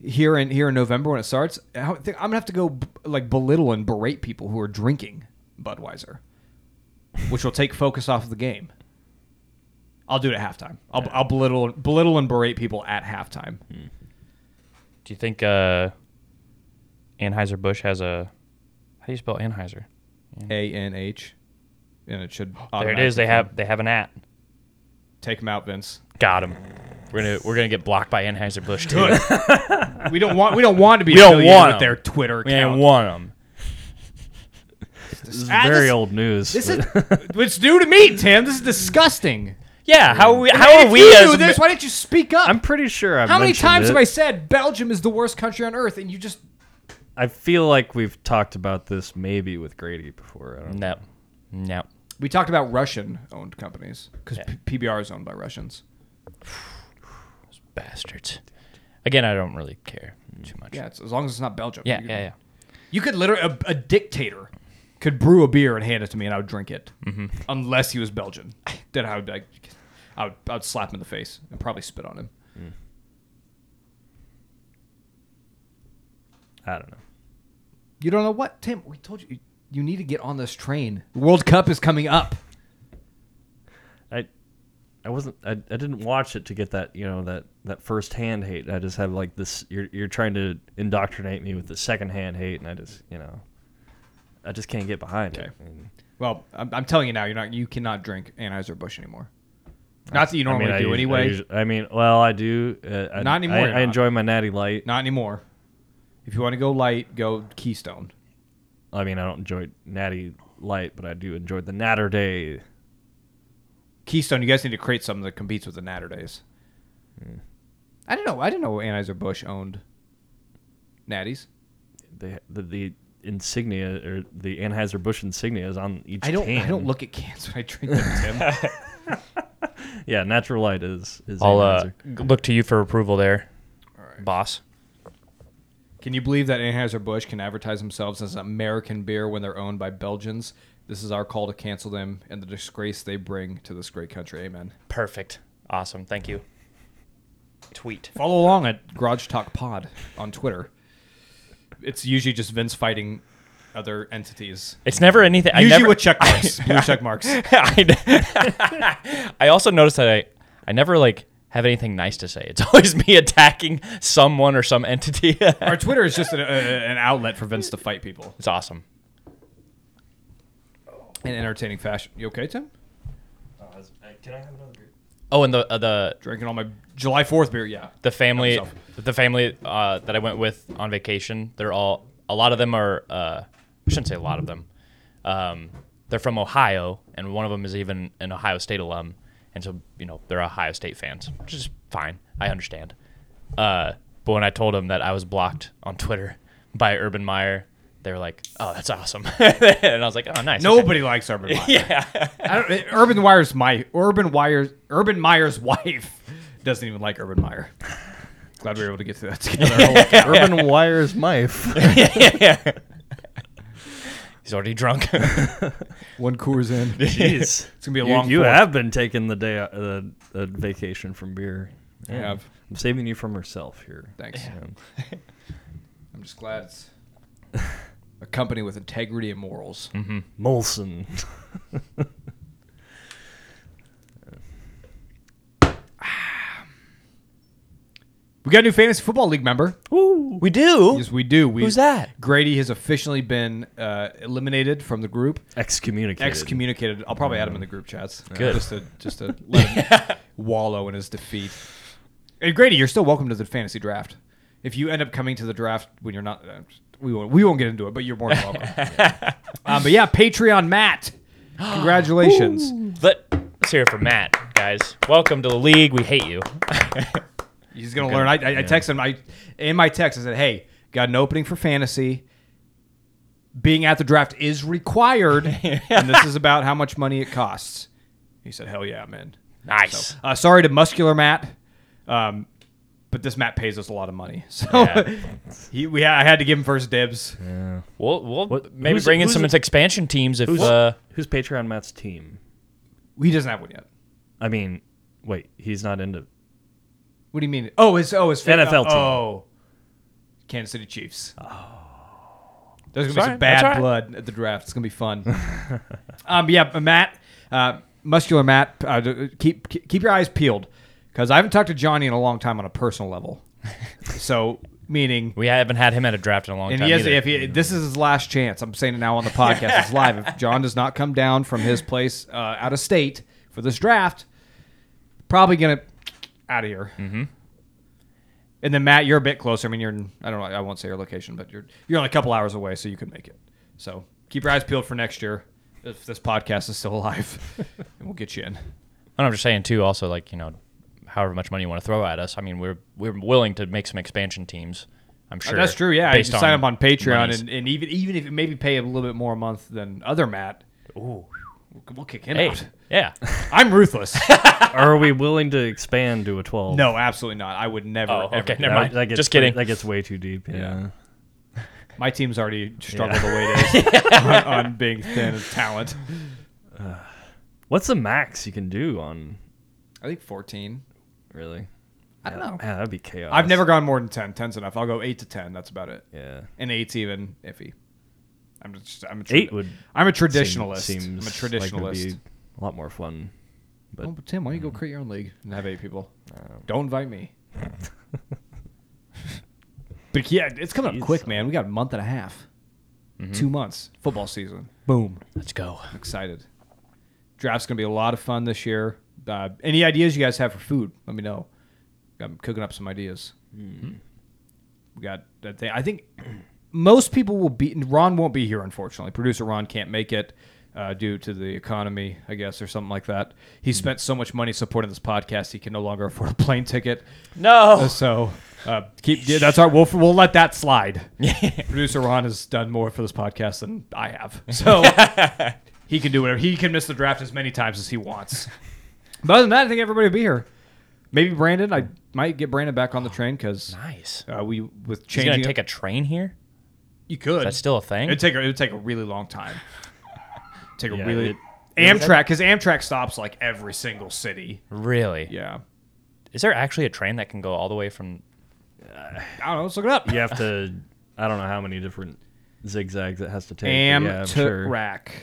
Speaker 3: here in here in November when it starts, how- I think I'm gonna have to go b- like belittle and berate people who are drinking Budweiser, which will take focus off of the game. I'll do it at halftime. I'll, I'll belittle belittle and berate people at halftime.
Speaker 4: Do you think uh, Anheuser Busch has a? How do you spell Anheuser?
Speaker 3: A N H, and it should.
Speaker 4: Mm. There it is. They have they have an at.
Speaker 3: take them out, Vince.
Speaker 4: Got him. We're gonna we're gonna get blocked by Anheuser Busch too. we
Speaker 3: We don't want we don't want to be
Speaker 4: We don't
Speaker 3: affiliated
Speaker 4: want
Speaker 3: with
Speaker 4: 'em.
Speaker 3: their Twitter
Speaker 4: ain't
Speaker 3: account.
Speaker 4: want them.
Speaker 2: This is
Speaker 3: Ah,
Speaker 2: very
Speaker 3: this-
Speaker 2: old news.
Speaker 3: This is it's new to me, Tim. This is disgusting.
Speaker 4: Yeah. How are we how
Speaker 3: If
Speaker 4: are we
Speaker 3: you
Speaker 4: as
Speaker 3: knew
Speaker 4: a
Speaker 3: this?
Speaker 4: mi-
Speaker 3: Why didn't you speak up?
Speaker 2: I'm pretty sure I've
Speaker 3: How many
Speaker 2: mentioned
Speaker 3: times
Speaker 2: it.
Speaker 3: have I said Belgium is the worst country on earth, and you just
Speaker 2: I feel like we've talked about this maybe with Grady before. I don't
Speaker 4: No. No.
Speaker 3: we talked about Russian-owned companies because
Speaker 4: Yeah.
Speaker 3: PBR is owned by Russians.
Speaker 4: Bastards. Again, I don't really care too much.
Speaker 3: Yeah, it's, as long as it's not Belgium.
Speaker 4: Yeah.
Speaker 3: you,
Speaker 4: Yeah. yeah.
Speaker 3: You could literally a, a dictator could brew a beer and hand it to me, and I would drink it,
Speaker 4: Mm-hmm.
Speaker 3: unless he was Belgian. Then I would, I, I would I would slap him in the face and probably spit on him.
Speaker 2: I don't know.
Speaker 3: You don't know what, Tim? We told you you need to get on this train. World Cup is coming up.
Speaker 2: I I wasn't I, I didn't watch it to get that, you know, that that first hand hate. I just have like this you're you're trying to indoctrinate me with the second hand hate and I just, you know, I just can't get behind it. And
Speaker 3: Well, I'm, I'm telling you now, you're not. You cannot drink Anheuser Busch anymore. Not that you normally
Speaker 2: I
Speaker 3: do
Speaker 2: usu- I
Speaker 3: anyway.
Speaker 2: usu- I, mean, well, I do. Uh, I,
Speaker 3: Not anymore,
Speaker 2: I-
Speaker 3: you're
Speaker 2: I,
Speaker 3: not.
Speaker 2: enjoy my natty light.
Speaker 3: not anymore. If you want to go light, go Keystone.
Speaker 2: I mean, I don't enjoy natty light, but I do enjoy the natter day.
Speaker 3: Keystone, you guys need to create something that competes with the Natter Days.
Speaker 2: Hmm.
Speaker 3: I don't know. I didn't know Anheuser Busch owned Natties.
Speaker 2: The the, the insignia or the Anheuser Busch insignia is on each
Speaker 3: I don't. I
Speaker 2: can.
Speaker 3: don't look at cans when I drink them, Tim.
Speaker 2: Yeah, natural light is is
Speaker 4: I'll uh,
Speaker 2: Anheuser.
Speaker 4: g- look to you for approval there, boss.
Speaker 3: Can you believe that Anheuser Busch can advertise themselves as an American beer when they're owned by Belgians? This is our call to cancel them and the disgrace they bring to this great country. Amen.
Speaker 4: Perfect. Awesome. Thank you. Tweet.
Speaker 3: Follow along at Garage Talk Pod on Twitter. It's usually just Vince fighting other entities.
Speaker 4: It's never anything. I
Speaker 3: usually
Speaker 4: never,
Speaker 3: with check marks, blue check marks.
Speaker 4: I, I also noticed that I, I never like have anything nice to say. It's always me attacking someone or some entity.
Speaker 3: Our Twitter is just an, uh, an outlet for Vince to fight people
Speaker 4: it's awesome.
Speaker 3: in entertaining fashion. You okay, Tim?
Speaker 2: Oh, uh, can I have another beer?
Speaker 4: Oh, and the uh, the
Speaker 3: Drinking all my July Fourth beer. Yeah,
Speaker 4: the family
Speaker 3: Help
Speaker 4: the family uh, that I went with on vacation. They're all a lot of them are. Uh, I shouldn't say a lot of them. Um, they're from Ohio, and one of them is even an Ohio State alum, and so you know they're Ohio State fans, which is fine. I understand. Uh, but when I told them that I was blocked on Twitter by Urban Meyer, they were like, "Oh, that's awesome," and I was like, "Oh, nice." okay."
Speaker 3: nobody likes Urban Meyer.
Speaker 4: Yeah.
Speaker 3: I don't, uh, Urban Wire's my Urban Wire's Urban Meyer's wife doesn't even like Urban Meyer. Glad we were able to get through that together.
Speaker 2: Urban Wire's Mife.
Speaker 4: He's already drunk.
Speaker 3: One Coors in.
Speaker 2: Jeez,
Speaker 3: It's gonna be a
Speaker 2: You-
Speaker 3: long
Speaker 2: You,
Speaker 3: fourth.
Speaker 2: have been taking the day uh, uh, vacation from beer.
Speaker 3: I have.
Speaker 2: I'm saving you from herself here.
Speaker 3: Thanks.
Speaker 2: Um,
Speaker 3: I'm just glad it's a company with integrity and morals.
Speaker 2: Molson.
Speaker 3: We got a new fantasy football league member.
Speaker 4: we do.
Speaker 3: Yes, we do. We,
Speaker 4: Who's that?
Speaker 3: Grady has officially been uh, eliminated from the group,
Speaker 2: Excommunicated.
Speaker 3: excommunicated. I'll probably add him in the group chats. Uh,
Speaker 4: Good.
Speaker 3: Just to just to let him wallow in his defeat. Hey, Grady, you're still welcome to the fantasy draft. If you end up coming to the draft when you're not, uh, we won't we won't get into it. But you're more than welcome. um, but yeah, Patreon Matt, congratulations.
Speaker 4: Let, let's hear it from Matt, guys. Welcome to the league. We hate you.
Speaker 3: He's gonna learn. I, I, I texted him. I in my text I said, "Hey, got an opening for fantasy. Being at the draft is required, and this is about how much money it costs." He said, "Hell yeah, I'm in."
Speaker 4: Nice.
Speaker 3: Uh, sorry to muscular Matt. Um, but this Matt pays us a lot of money, so
Speaker 4: Yeah.
Speaker 3: he, we I had to give him first dibs.
Speaker 4: We'll, we'll
Speaker 2: What-
Speaker 4: maybe
Speaker 2: who's-
Speaker 4: bring in
Speaker 2: who's-
Speaker 4: some expansion teams if
Speaker 2: Who's,
Speaker 4: uh,
Speaker 2: who's Patreon Matt's team?
Speaker 3: He doesn't have one yet.
Speaker 2: I mean, wait, he's not into.
Speaker 3: What do you mean? Oh, his oh his fa-
Speaker 2: NFL team.
Speaker 3: Oh, Kansas City Chiefs. Oh, there's gonna be
Speaker 4: That's
Speaker 3: some
Speaker 4: all right, that's
Speaker 3: bad
Speaker 4: all right.
Speaker 3: blood at the draft. It's gonna be fun. um, yeah, but Matt, uh, muscular Matt, uh, d- keep keep keep your eyes peeled because I haven't talked to Johnny in a long time on a personal level. so meaning.
Speaker 4: we haven't had him at a draft in a long
Speaker 3: And
Speaker 4: time.
Speaker 3: he has,
Speaker 4: either.
Speaker 3: if he, this is his last chance. I'm saying it now on the podcast. it's live. If John does not come down from his place uh, out of state for this draft, probably gonna out of here. Mm-hmm. And then Matt, you're a bit closer. I mean, you're in, I don't know. I won't say your location, but you're you're only a couple hours away, so you could make it. So keep your eyes peeled for next year if this podcast is still alive, and we'll get you in.
Speaker 4: And I'm just saying too, also like you know, however much money you want to throw at us. I mean, we're we're willing to make some expansion teams. I'm sure
Speaker 3: Oh, That's true. Yeah, you
Speaker 4: based
Speaker 3: can sign up on Patreon,
Speaker 4: monies.
Speaker 3: and, and even even if maybe pay a little bit more a month than other Matt. Ooh, we'll kick him
Speaker 4: hey,
Speaker 3: out.
Speaker 4: yeah,
Speaker 3: I'm ruthless.
Speaker 2: Are we willing to expand to a twelve?
Speaker 3: No, absolutely not. I would never.
Speaker 4: Oh,
Speaker 3: ever-
Speaker 4: okay, never
Speaker 2: That-
Speaker 4: mind.
Speaker 2: that gets
Speaker 4: Just kidding.
Speaker 2: That gets way too deep. Yeah.
Speaker 3: My team's already struggled the way it is on, on being thin of talent.
Speaker 2: What's the max you can do on?
Speaker 3: I think 14.
Speaker 2: Really?
Speaker 3: I don't know.
Speaker 2: Yeah, that'd be chaos.
Speaker 3: Oh. I've never gone more than 10. 10's enough. I'll go 8 to 10. That's about it.
Speaker 2: Yeah.
Speaker 3: And 8's even iffy. I'm just. I'm a
Speaker 2: Eight would
Speaker 3: I'm a
Speaker 2: seem-
Speaker 3: traditionalist.
Speaker 2: seems
Speaker 3: I'm a
Speaker 2: like it would
Speaker 3: traditionalist.
Speaker 2: be mm. a lot more fun.
Speaker 3: Oh, but Tim, why don't you go create your own league and have eight people?
Speaker 2: Um,
Speaker 3: Don't invite me. but yeah, it's coming
Speaker 2: Jeez. Mm-hmm.
Speaker 3: up quick, man. We got a month and a half, two months, football season. Boom.
Speaker 4: let's go.
Speaker 3: I'm excited. Draft's gonna be a lot of fun this year. Uh, any ideas you guys have for food? Let me know. I'm cooking up some ideas. We got that thing. I think most people will be. Ron won't be here, unfortunately. Producer Ron can't make it uh, due to the economy, I guess, or something like that. He spent so much money supporting this podcast, he can no longer afford a plane ticket.
Speaker 4: No,
Speaker 3: So uh, keep. Yeah, that's our. We'll we'll let that slide. Producer Ron has done more for this podcast than I have, so he can do whatever. He can miss the draft as many times as he wants. But other than that, I think everybody will be here. Maybe Brandon. I might get Brandon back on the train because
Speaker 4: nice.
Speaker 3: uh, we with
Speaker 4: He's
Speaker 3: changing.
Speaker 4: gonna take a train here.
Speaker 3: you could.
Speaker 4: That's still a thing.
Speaker 3: It'd take a, it'd take a really long time. Take a
Speaker 2: Yeah,
Speaker 3: really
Speaker 2: it-
Speaker 3: Amtrak because Amtrak stops like every single city.
Speaker 4: really?
Speaker 3: Yeah.
Speaker 4: Is there actually a train that can go all the way from?
Speaker 3: I don't know. Let's look it up.
Speaker 2: You have to. I don't know how many different zigzags it has to take. but yeah, I'm
Speaker 3: Amtrak.
Speaker 2: sure.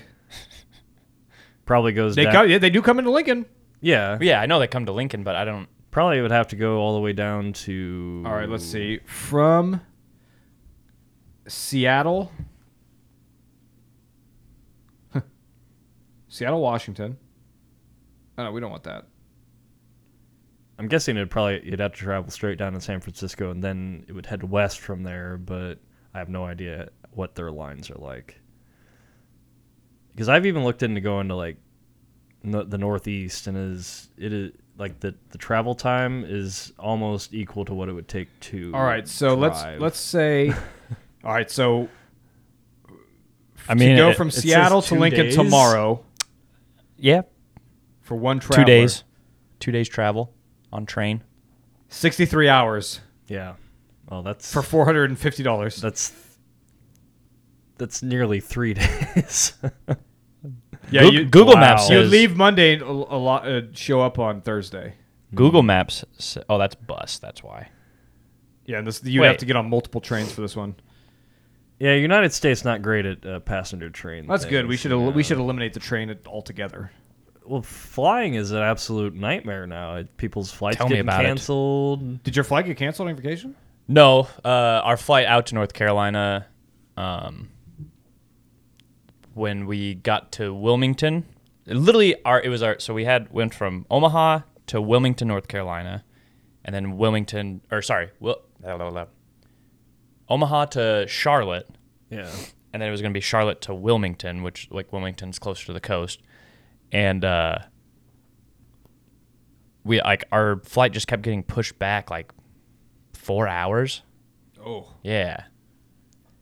Speaker 2: Probably goes
Speaker 3: They
Speaker 2: down.
Speaker 3: go. Yeah, they do come into Lincoln.
Speaker 2: yeah.
Speaker 4: Yeah, I know they come to Lincoln, but I don't.
Speaker 2: Probably would have to go all the way down to.
Speaker 3: All right, let's see. From Seattle, Seattle, Washington. Oh, no, we don't want that.
Speaker 2: I'm guessing it'd probably you'd have to travel straight down to San Francisco and then it would head west from there, but I have no idea what their lines are like. Because I've even looked into going to like no, the northeast and is it is like the the travel time is almost equal to what it would take to
Speaker 3: All right, so
Speaker 2: drive.
Speaker 3: let's let's say. All right, so
Speaker 4: I mean,
Speaker 3: to go
Speaker 4: it-
Speaker 3: from
Speaker 4: it says
Speaker 3: Seattle to
Speaker 2: two
Speaker 3: Lincoln
Speaker 2: days?
Speaker 3: tomorrow
Speaker 4: yeah,
Speaker 3: for one
Speaker 4: two
Speaker 3: traveler.
Speaker 4: days, two days travel on train.
Speaker 3: sixty-three hours
Speaker 2: yeah. Well, that's
Speaker 3: for four hundred and fifty dollars.
Speaker 2: that's that's nearly 3 days.
Speaker 3: Yeah,
Speaker 4: Goog- Google
Speaker 2: wow.
Speaker 4: Maps
Speaker 3: You
Speaker 4: says
Speaker 3: leave Monday, a, a lot uh, show up on Thursday.
Speaker 4: Google Maps. s- Oh, that's bus. That's why.
Speaker 3: Yeah, and this you
Speaker 4: Wait.
Speaker 3: have to get on multiple trains for this one.
Speaker 2: yeah, United States not great at uh, passenger train.
Speaker 3: That's good. We
Speaker 2: things,
Speaker 3: should
Speaker 2: you
Speaker 3: we
Speaker 2: know.
Speaker 3: should eliminate the train altogether.
Speaker 2: Well, flying is an absolute nightmare now. It- People's flights
Speaker 4: Tell me
Speaker 2: getting
Speaker 4: about it.
Speaker 2: canceled.
Speaker 3: Did your flight get canceled on vacation?
Speaker 4: No, uh, our flight out to North Carolina, um, when we got to Wilmington, literally our it was our so we had went from Omaha to Wilmington, North Carolina, and then Wilmington or sorry, Wil- blah, blah, blah. Omaha to Charlotte,
Speaker 2: Yeah.
Speaker 4: and then it was going to be Charlotte to Wilmington, which like Wilmington's closer to the coast, and uh, we like our flight just kept getting pushed back like four hours.
Speaker 3: Oh,
Speaker 4: Yeah.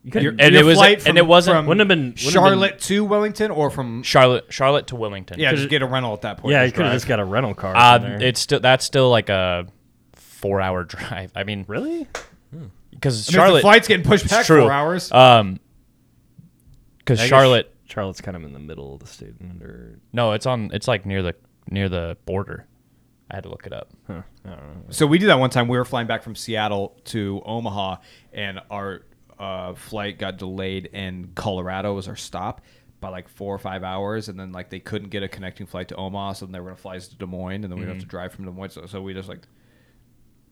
Speaker 2: You could,
Speaker 3: your,
Speaker 4: and
Speaker 3: your
Speaker 4: it was-
Speaker 3: flight
Speaker 4: and it wasn't-
Speaker 3: from
Speaker 2: wouldn't have been wouldn't have been-
Speaker 3: Charlotte to Wellington or from
Speaker 4: Charlotte Charlotte to Wilmington.
Speaker 3: yeah, just get a rental at that point.
Speaker 2: yeah, you
Speaker 3: Just
Speaker 2: could have
Speaker 3: drive.
Speaker 2: just got a rental car.
Speaker 4: Uh,
Speaker 2: from there.
Speaker 4: it's still that's still like a four hour drive. I mean,
Speaker 2: Really?
Speaker 4: because
Speaker 3: I mean, if
Speaker 4: Charlotte,
Speaker 3: the flight's getting pushed
Speaker 4: it's
Speaker 3: back
Speaker 4: true.
Speaker 3: four hours.
Speaker 4: Um, because
Speaker 2: I guess
Speaker 4: Charlotte,
Speaker 2: Charlotte's kind of in the middle of the state under.
Speaker 4: no, it's on. It's like near the near the border. I had to look it up.
Speaker 2: Huh, I don't know.
Speaker 3: So we did that one time. We were flying back from Seattle to Omaha, and our uh, flight got delayed in Colorado was our stop by like four or five hours, and then like they couldn't get a connecting flight to Omaha, so then they were gonna fly us to Des Moines, and then we'd have to
Speaker 4: Mm-hmm.
Speaker 3: drive from Des Moines. So, so we just like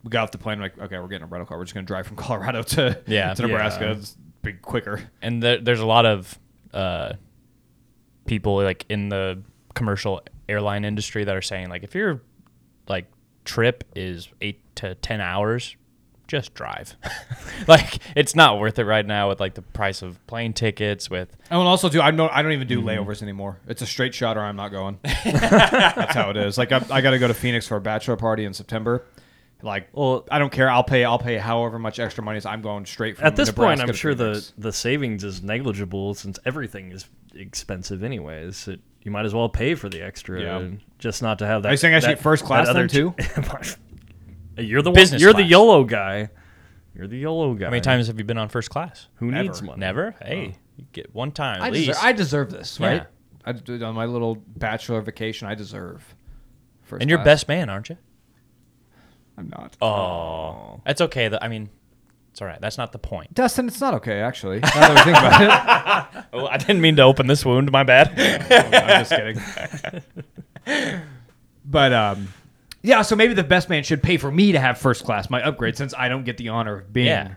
Speaker 3: we got off the plane like okay, we're getting a rental car. We're just gonna drive from Colorado to
Speaker 4: Yeah.
Speaker 3: to Nebraska. It's be quicker.
Speaker 4: and there, there's a lot of uh, people like in the commercial airline industry that are saying like if your like trip is eight to ten hours just drive like it's not worth it right now with like the price of plane tickets with
Speaker 3: Oh, and also too, I don't I don't even do layovers anymore. It's a straight shot or I'm not going. That's how it is. Like I, I got to go to Phoenix for a bachelor party in September. Like,
Speaker 2: Well-
Speaker 3: well, I don't care. I'll pay. I'll pay however much extra money is. I'm going straight from
Speaker 2: At this point,
Speaker 3: Nebraska
Speaker 2: I'm
Speaker 3: to
Speaker 2: sure the
Speaker 3: Phoenix.
Speaker 2: the savings is negligible since everything is expensive anyways. It, you might as well pay for the extra
Speaker 3: Yeah.
Speaker 2: just not to have that.
Speaker 3: Are you saying I should
Speaker 2: that-
Speaker 3: get first
Speaker 2: that
Speaker 3: class
Speaker 2: other
Speaker 3: then,
Speaker 2: ch- you're the one,
Speaker 4: Business
Speaker 2: You're the
Speaker 4: class.
Speaker 2: YOLO guy. You're the YOLO guy.
Speaker 4: how many times have you been on first class
Speaker 2: Who
Speaker 3: Never.
Speaker 2: needs money? Oh.
Speaker 4: never hey you get one time at
Speaker 3: I
Speaker 4: least
Speaker 3: deserve, I deserve this, right?
Speaker 4: Yeah.
Speaker 3: I d- on my little bachelor vacation, I deserve. First
Speaker 4: and you're
Speaker 3: class.
Speaker 4: best man aren't you
Speaker 3: I'm not.
Speaker 4: oh that's okay though i mean it's all right that's not the point
Speaker 3: Dustin, it's not okay actually. Now that I think about it.
Speaker 4: oh i didn't mean to open this wound my bad
Speaker 3: I'm just kidding. but um, yeah, so maybe the best man should pay for me to have first class, my upgrade, since I don't get the honor of being
Speaker 4: Yeah.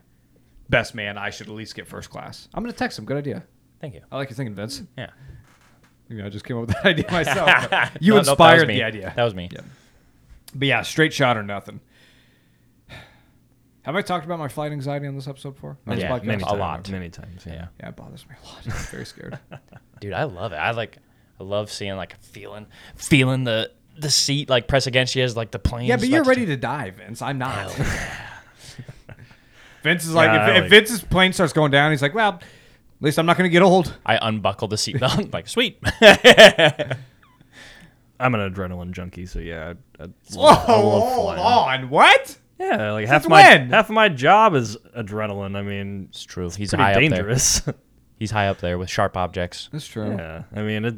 Speaker 3: best man. I should at least get first class. I'm gonna text him. Good idea.
Speaker 4: thank you
Speaker 3: I like your thinking, Vince.
Speaker 4: yeah
Speaker 3: You know, I just came up with that idea myself. but You
Speaker 4: No, nope, that was
Speaker 3: inspired
Speaker 4: me.
Speaker 3: the idea.
Speaker 4: that was me
Speaker 3: But yeah, straight shot or nothing. Have I talked about my flight anxiety on this episode before? On this
Speaker 4: Yeah,
Speaker 3: podcast?
Speaker 2: Many
Speaker 4: A
Speaker 2: times,
Speaker 4: lot.
Speaker 2: Many times. Yeah.
Speaker 3: Yeah, it bothers me a lot. I'm very scared.
Speaker 4: Dude, I love it. I like I love seeing like feeling feeling the the seat like press against you as like the plane.
Speaker 3: Yeah, but you're ready to die, Vince. I'm not. Vince is like,
Speaker 2: Yeah, I
Speaker 3: if,
Speaker 2: like-
Speaker 3: if Vince's plane starts going down, he's like, well, at least I'm not going to get old.
Speaker 4: I unbuckle the seatbelt. like sweet.
Speaker 2: I'm an adrenaline junkie, so yeah. I, I
Speaker 3: Whoa,
Speaker 2: love, I love
Speaker 3: Oh, hold
Speaker 2: flying.
Speaker 3: on. What?
Speaker 2: Yeah, like half
Speaker 3: Since
Speaker 2: my
Speaker 3: when?
Speaker 2: half of my job is adrenaline. I mean,
Speaker 4: it's true. He's
Speaker 2: pretty
Speaker 4: high up
Speaker 2: dangerous.
Speaker 4: there. He's high up there with sharp objects.
Speaker 3: That's true.
Speaker 2: yeah, I mean, it,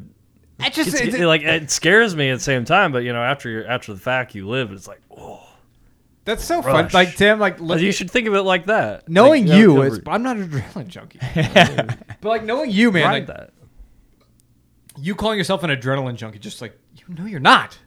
Speaker 3: I just,
Speaker 2: it's,
Speaker 3: it's-
Speaker 2: it- like it scares me at the same time. But you know, after you're, after the fact, you live. It's like, oh,
Speaker 3: that's so fun.
Speaker 2: Rush.
Speaker 3: Like, Tim, like, look,
Speaker 2: you should think of it like that.
Speaker 3: knowing
Speaker 2: Like,
Speaker 3: you,
Speaker 2: never-
Speaker 3: it's, I'm not an adrenaline junkie. but, like, knowing you, man,
Speaker 2: ride
Speaker 3: like,
Speaker 2: that.
Speaker 3: you calling yourself an adrenaline junkie, just like, you know you're not.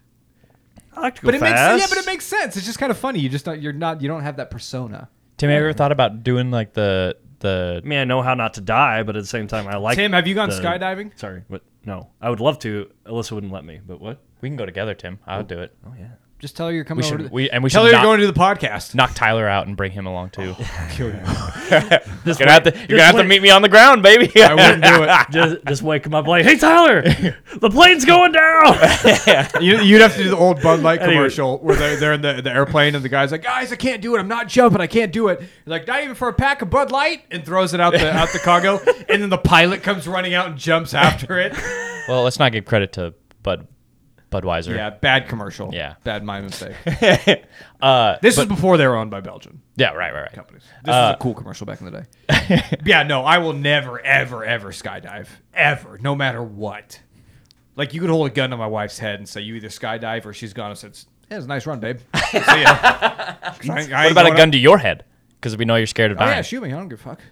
Speaker 2: I like to go
Speaker 3: But it
Speaker 2: fast.
Speaker 3: makes, yeah, but it makes sense. It's just kind of funny. You just not, you're not, you don't have that persona.
Speaker 4: Tim, have you ever thought about doing like the the
Speaker 2: I mean, I know how not to die, but at the same time, I like.
Speaker 3: Tim, have you gone
Speaker 2: the-
Speaker 3: skydiving?
Speaker 2: Sorry, but no, I would love to. Alyssa wouldn't let me. But what?
Speaker 4: we can go together, Tim. I would do it.
Speaker 2: Oh yeah.
Speaker 3: Just tell her you're coming
Speaker 4: We
Speaker 3: over to
Speaker 4: should
Speaker 3: the,
Speaker 4: we and we
Speaker 3: tell her
Speaker 4: should
Speaker 3: you're
Speaker 4: knock,
Speaker 3: going to the podcast.
Speaker 4: knock Tyler out and bring him along
Speaker 3: Oh,
Speaker 4: too.
Speaker 3: Kill you.
Speaker 4: you're gonna have to you're gonna have to
Speaker 2: wait.
Speaker 4: meet me on the ground, baby.
Speaker 3: I wouldn't do it.
Speaker 2: just, just wake him up like, hey Tyler, the plane's going down.
Speaker 3: You, you'd have to do the old Bud Light
Speaker 2: Anyway.
Speaker 3: commercial where they're, they're in the, the airplane and the guy's like, guys, I can't do it. I'm not jumping. I can't do it. He's like, not even for a pack of Bud Light, and throws it out the out the cargo. And then the pilot comes running out and jumps after it.
Speaker 4: well, let's not give credit to Bud Budweiser.
Speaker 3: Yeah, bad commercial.
Speaker 4: Yeah.
Speaker 3: bad my mistake.
Speaker 4: Uh,
Speaker 3: This is before they were owned by Belgian
Speaker 4: yeah, right, right, right.
Speaker 3: companies. This is a cool commercial back in the day. Uh, yeah, no, I will never, ever, ever skydive ever, no matter what. Like you could hold a gun to my wife's head and say, "You either skydive or she's gone." And says, "Yeah, it's a nice run, babe." See ya. 'Cause I ain't- I
Speaker 4: What
Speaker 3: ain't
Speaker 4: about a
Speaker 3: going up-
Speaker 4: gun to your head? Because we know you're scared of
Speaker 3: Oh,
Speaker 4: dying.
Speaker 3: yeah, shoot me. I don't give a fuck.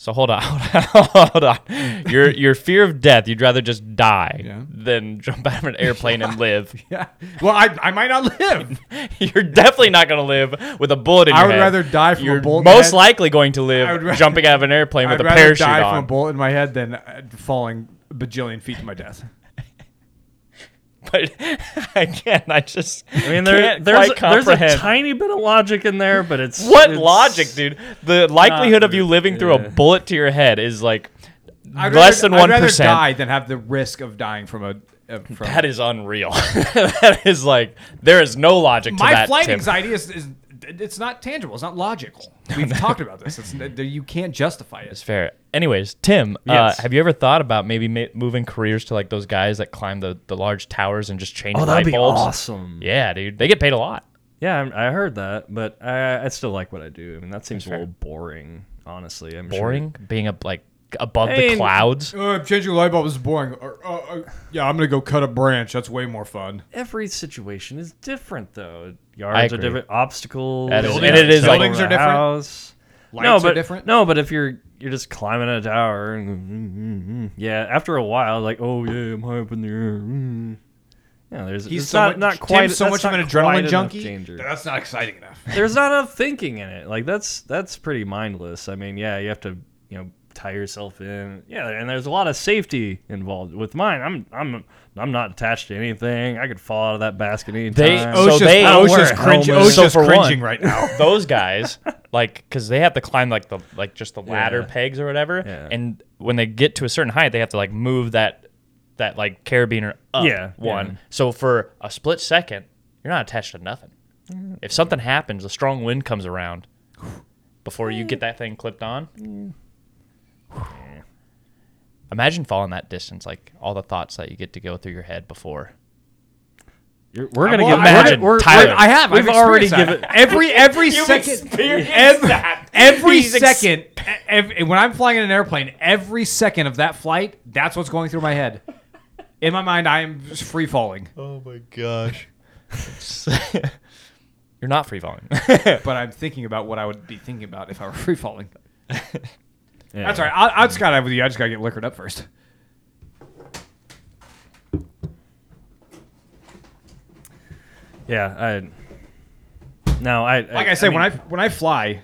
Speaker 4: So hold on, hold on, hold on. Your your fear of death, you'd rather just die
Speaker 3: Yeah.
Speaker 4: than jump out of an airplane and live.
Speaker 3: Yeah. Well, I, I might not live.
Speaker 4: You're definitely not going to live with a bullet in
Speaker 3: I
Speaker 4: your
Speaker 3: would
Speaker 4: head.
Speaker 3: rather die from a
Speaker 4: You're
Speaker 3: bullet in the
Speaker 4: most
Speaker 3: head.
Speaker 4: likely going to
Speaker 3: I would
Speaker 4: live
Speaker 3: rather-
Speaker 4: jumping out of an airplane
Speaker 3: I'd
Speaker 4: with a
Speaker 3: rather
Speaker 4: parachute
Speaker 3: die
Speaker 4: on.
Speaker 3: from a bullet in my head than uh, falling bajillion feet to my death.
Speaker 4: but I can't. I just
Speaker 2: I mean, there,
Speaker 4: can't
Speaker 2: there's
Speaker 4: quite
Speaker 2: a, there's a
Speaker 4: comprehend.
Speaker 2: tiny bit of logic in there, but it's
Speaker 4: what
Speaker 2: it's-
Speaker 4: logic, dude? The likelihood of you living through
Speaker 2: yeah.
Speaker 4: a bullet to your head is like
Speaker 3: I'd
Speaker 4: less
Speaker 3: rather,
Speaker 4: than one
Speaker 3: I'd rather
Speaker 4: percent.
Speaker 3: die than have the risk of dying from a. Uh, from
Speaker 4: That is unreal. that is like there is no logic to
Speaker 3: my
Speaker 4: that.
Speaker 3: flight
Speaker 4: Tim.
Speaker 3: anxiety is, is it's not tangible. It's not logical. We've talked about this. It's, you can't justify
Speaker 4: It's
Speaker 3: it.
Speaker 4: fair. Anyways, Tim,
Speaker 2: Yes.
Speaker 4: uh, have you ever thought about maybe ma- moving careers to like those guys that climb the, the large towers and just change
Speaker 2: Oh,
Speaker 4: light
Speaker 2: that'd be
Speaker 4: bulbs?
Speaker 2: awesome.
Speaker 4: Yeah, dude, they get paid a lot.
Speaker 2: Yeah, I'm, I heard that, but I, I still like what I do. I mean, that seems a little boring, honestly. I'm sure-
Speaker 4: Boring, being up like above
Speaker 2: I
Speaker 4: the
Speaker 2: mean-
Speaker 4: clouds.
Speaker 3: Uh, changing a light bulb is boring. Uh, uh, uh, yeah, I'm gonna go cut a branch. That's way more fun.
Speaker 2: Every situation is different, though. Yards are
Speaker 4: agree.
Speaker 2: different. Obstacles.
Speaker 4: That is-
Speaker 2: you
Speaker 3: and
Speaker 2: know,
Speaker 3: it is, like- Buildings
Speaker 2: the
Speaker 3: are different.
Speaker 2: House. no,
Speaker 3: Lights are
Speaker 2: but,
Speaker 3: different.
Speaker 2: No, but if you're you're just climbing a tower, mm, and yeah, after a while, like oh yeah, I'm high up in the air. mm. Yeah, there's
Speaker 3: He's
Speaker 2: it's
Speaker 3: so
Speaker 2: not
Speaker 3: much,
Speaker 2: not quite
Speaker 3: Tim's so
Speaker 2: that's
Speaker 3: much of
Speaker 2: not
Speaker 3: an
Speaker 2: quite
Speaker 3: adrenaline
Speaker 2: enough
Speaker 3: junkie.
Speaker 2: danger.
Speaker 3: That's not exciting enough.
Speaker 2: there's not enough thinking in it. Like that's that's pretty mindless. I mean, yeah, you have to you know tie yourself in. Yeah, and there's a lot of safety involved. With mine, I'm I'm I'm not attached to anything. I could fall out of that basket anytime.
Speaker 4: They-
Speaker 2: time.
Speaker 4: So
Speaker 3: Ocean's,
Speaker 4: they- I don't
Speaker 3: Ocean's,
Speaker 4: wear
Speaker 3: cringe,
Speaker 4: helmets.
Speaker 3: Ocean's
Speaker 4: So for
Speaker 3: cringing
Speaker 4: one-
Speaker 3: right now.
Speaker 4: those guys like because they have to climb like the like just the ladder
Speaker 2: Yeah.
Speaker 4: pegs or whatever
Speaker 2: Yeah.
Speaker 4: and when they get to a certain height they have to like move that that like carabiner up
Speaker 2: Yeah,
Speaker 4: one
Speaker 2: yeah.
Speaker 4: so for a split second you're not attached to nothing if something happens a strong wind comes around before you get that thing clipped on imagine falling that distance like all the thoughts that you get to go through your head before
Speaker 2: You're- we're gonna
Speaker 4: Well,
Speaker 2: get
Speaker 4: imagine,
Speaker 2: We're, we're,
Speaker 4: Tyler.
Speaker 2: I have. We've
Speaker 3: I've
Speaker 2: already
Speaker 3: experienced
Speaker 2: given.
Speaker 3: that. every every second. Every, every second, e-, ev- when I'm flying in an airplane, every second of that flight, that's what's going through my head. In my mind, I am just free falling,
Speaker 4: oh my gosh you're not free falling
Speaker 3: but I'm thinking about what I would be thinking about if I were free falling.
Speaker 2: Yeah.
Speaker 3: That's all right. I'll, I'll skydive with you. I just gotta get liquored up first.
Speaker 2: Yeah. I, no, I.
Speaker 3: Like I said,
Speaker 2: mean-
Speaker 3: when I when I fly,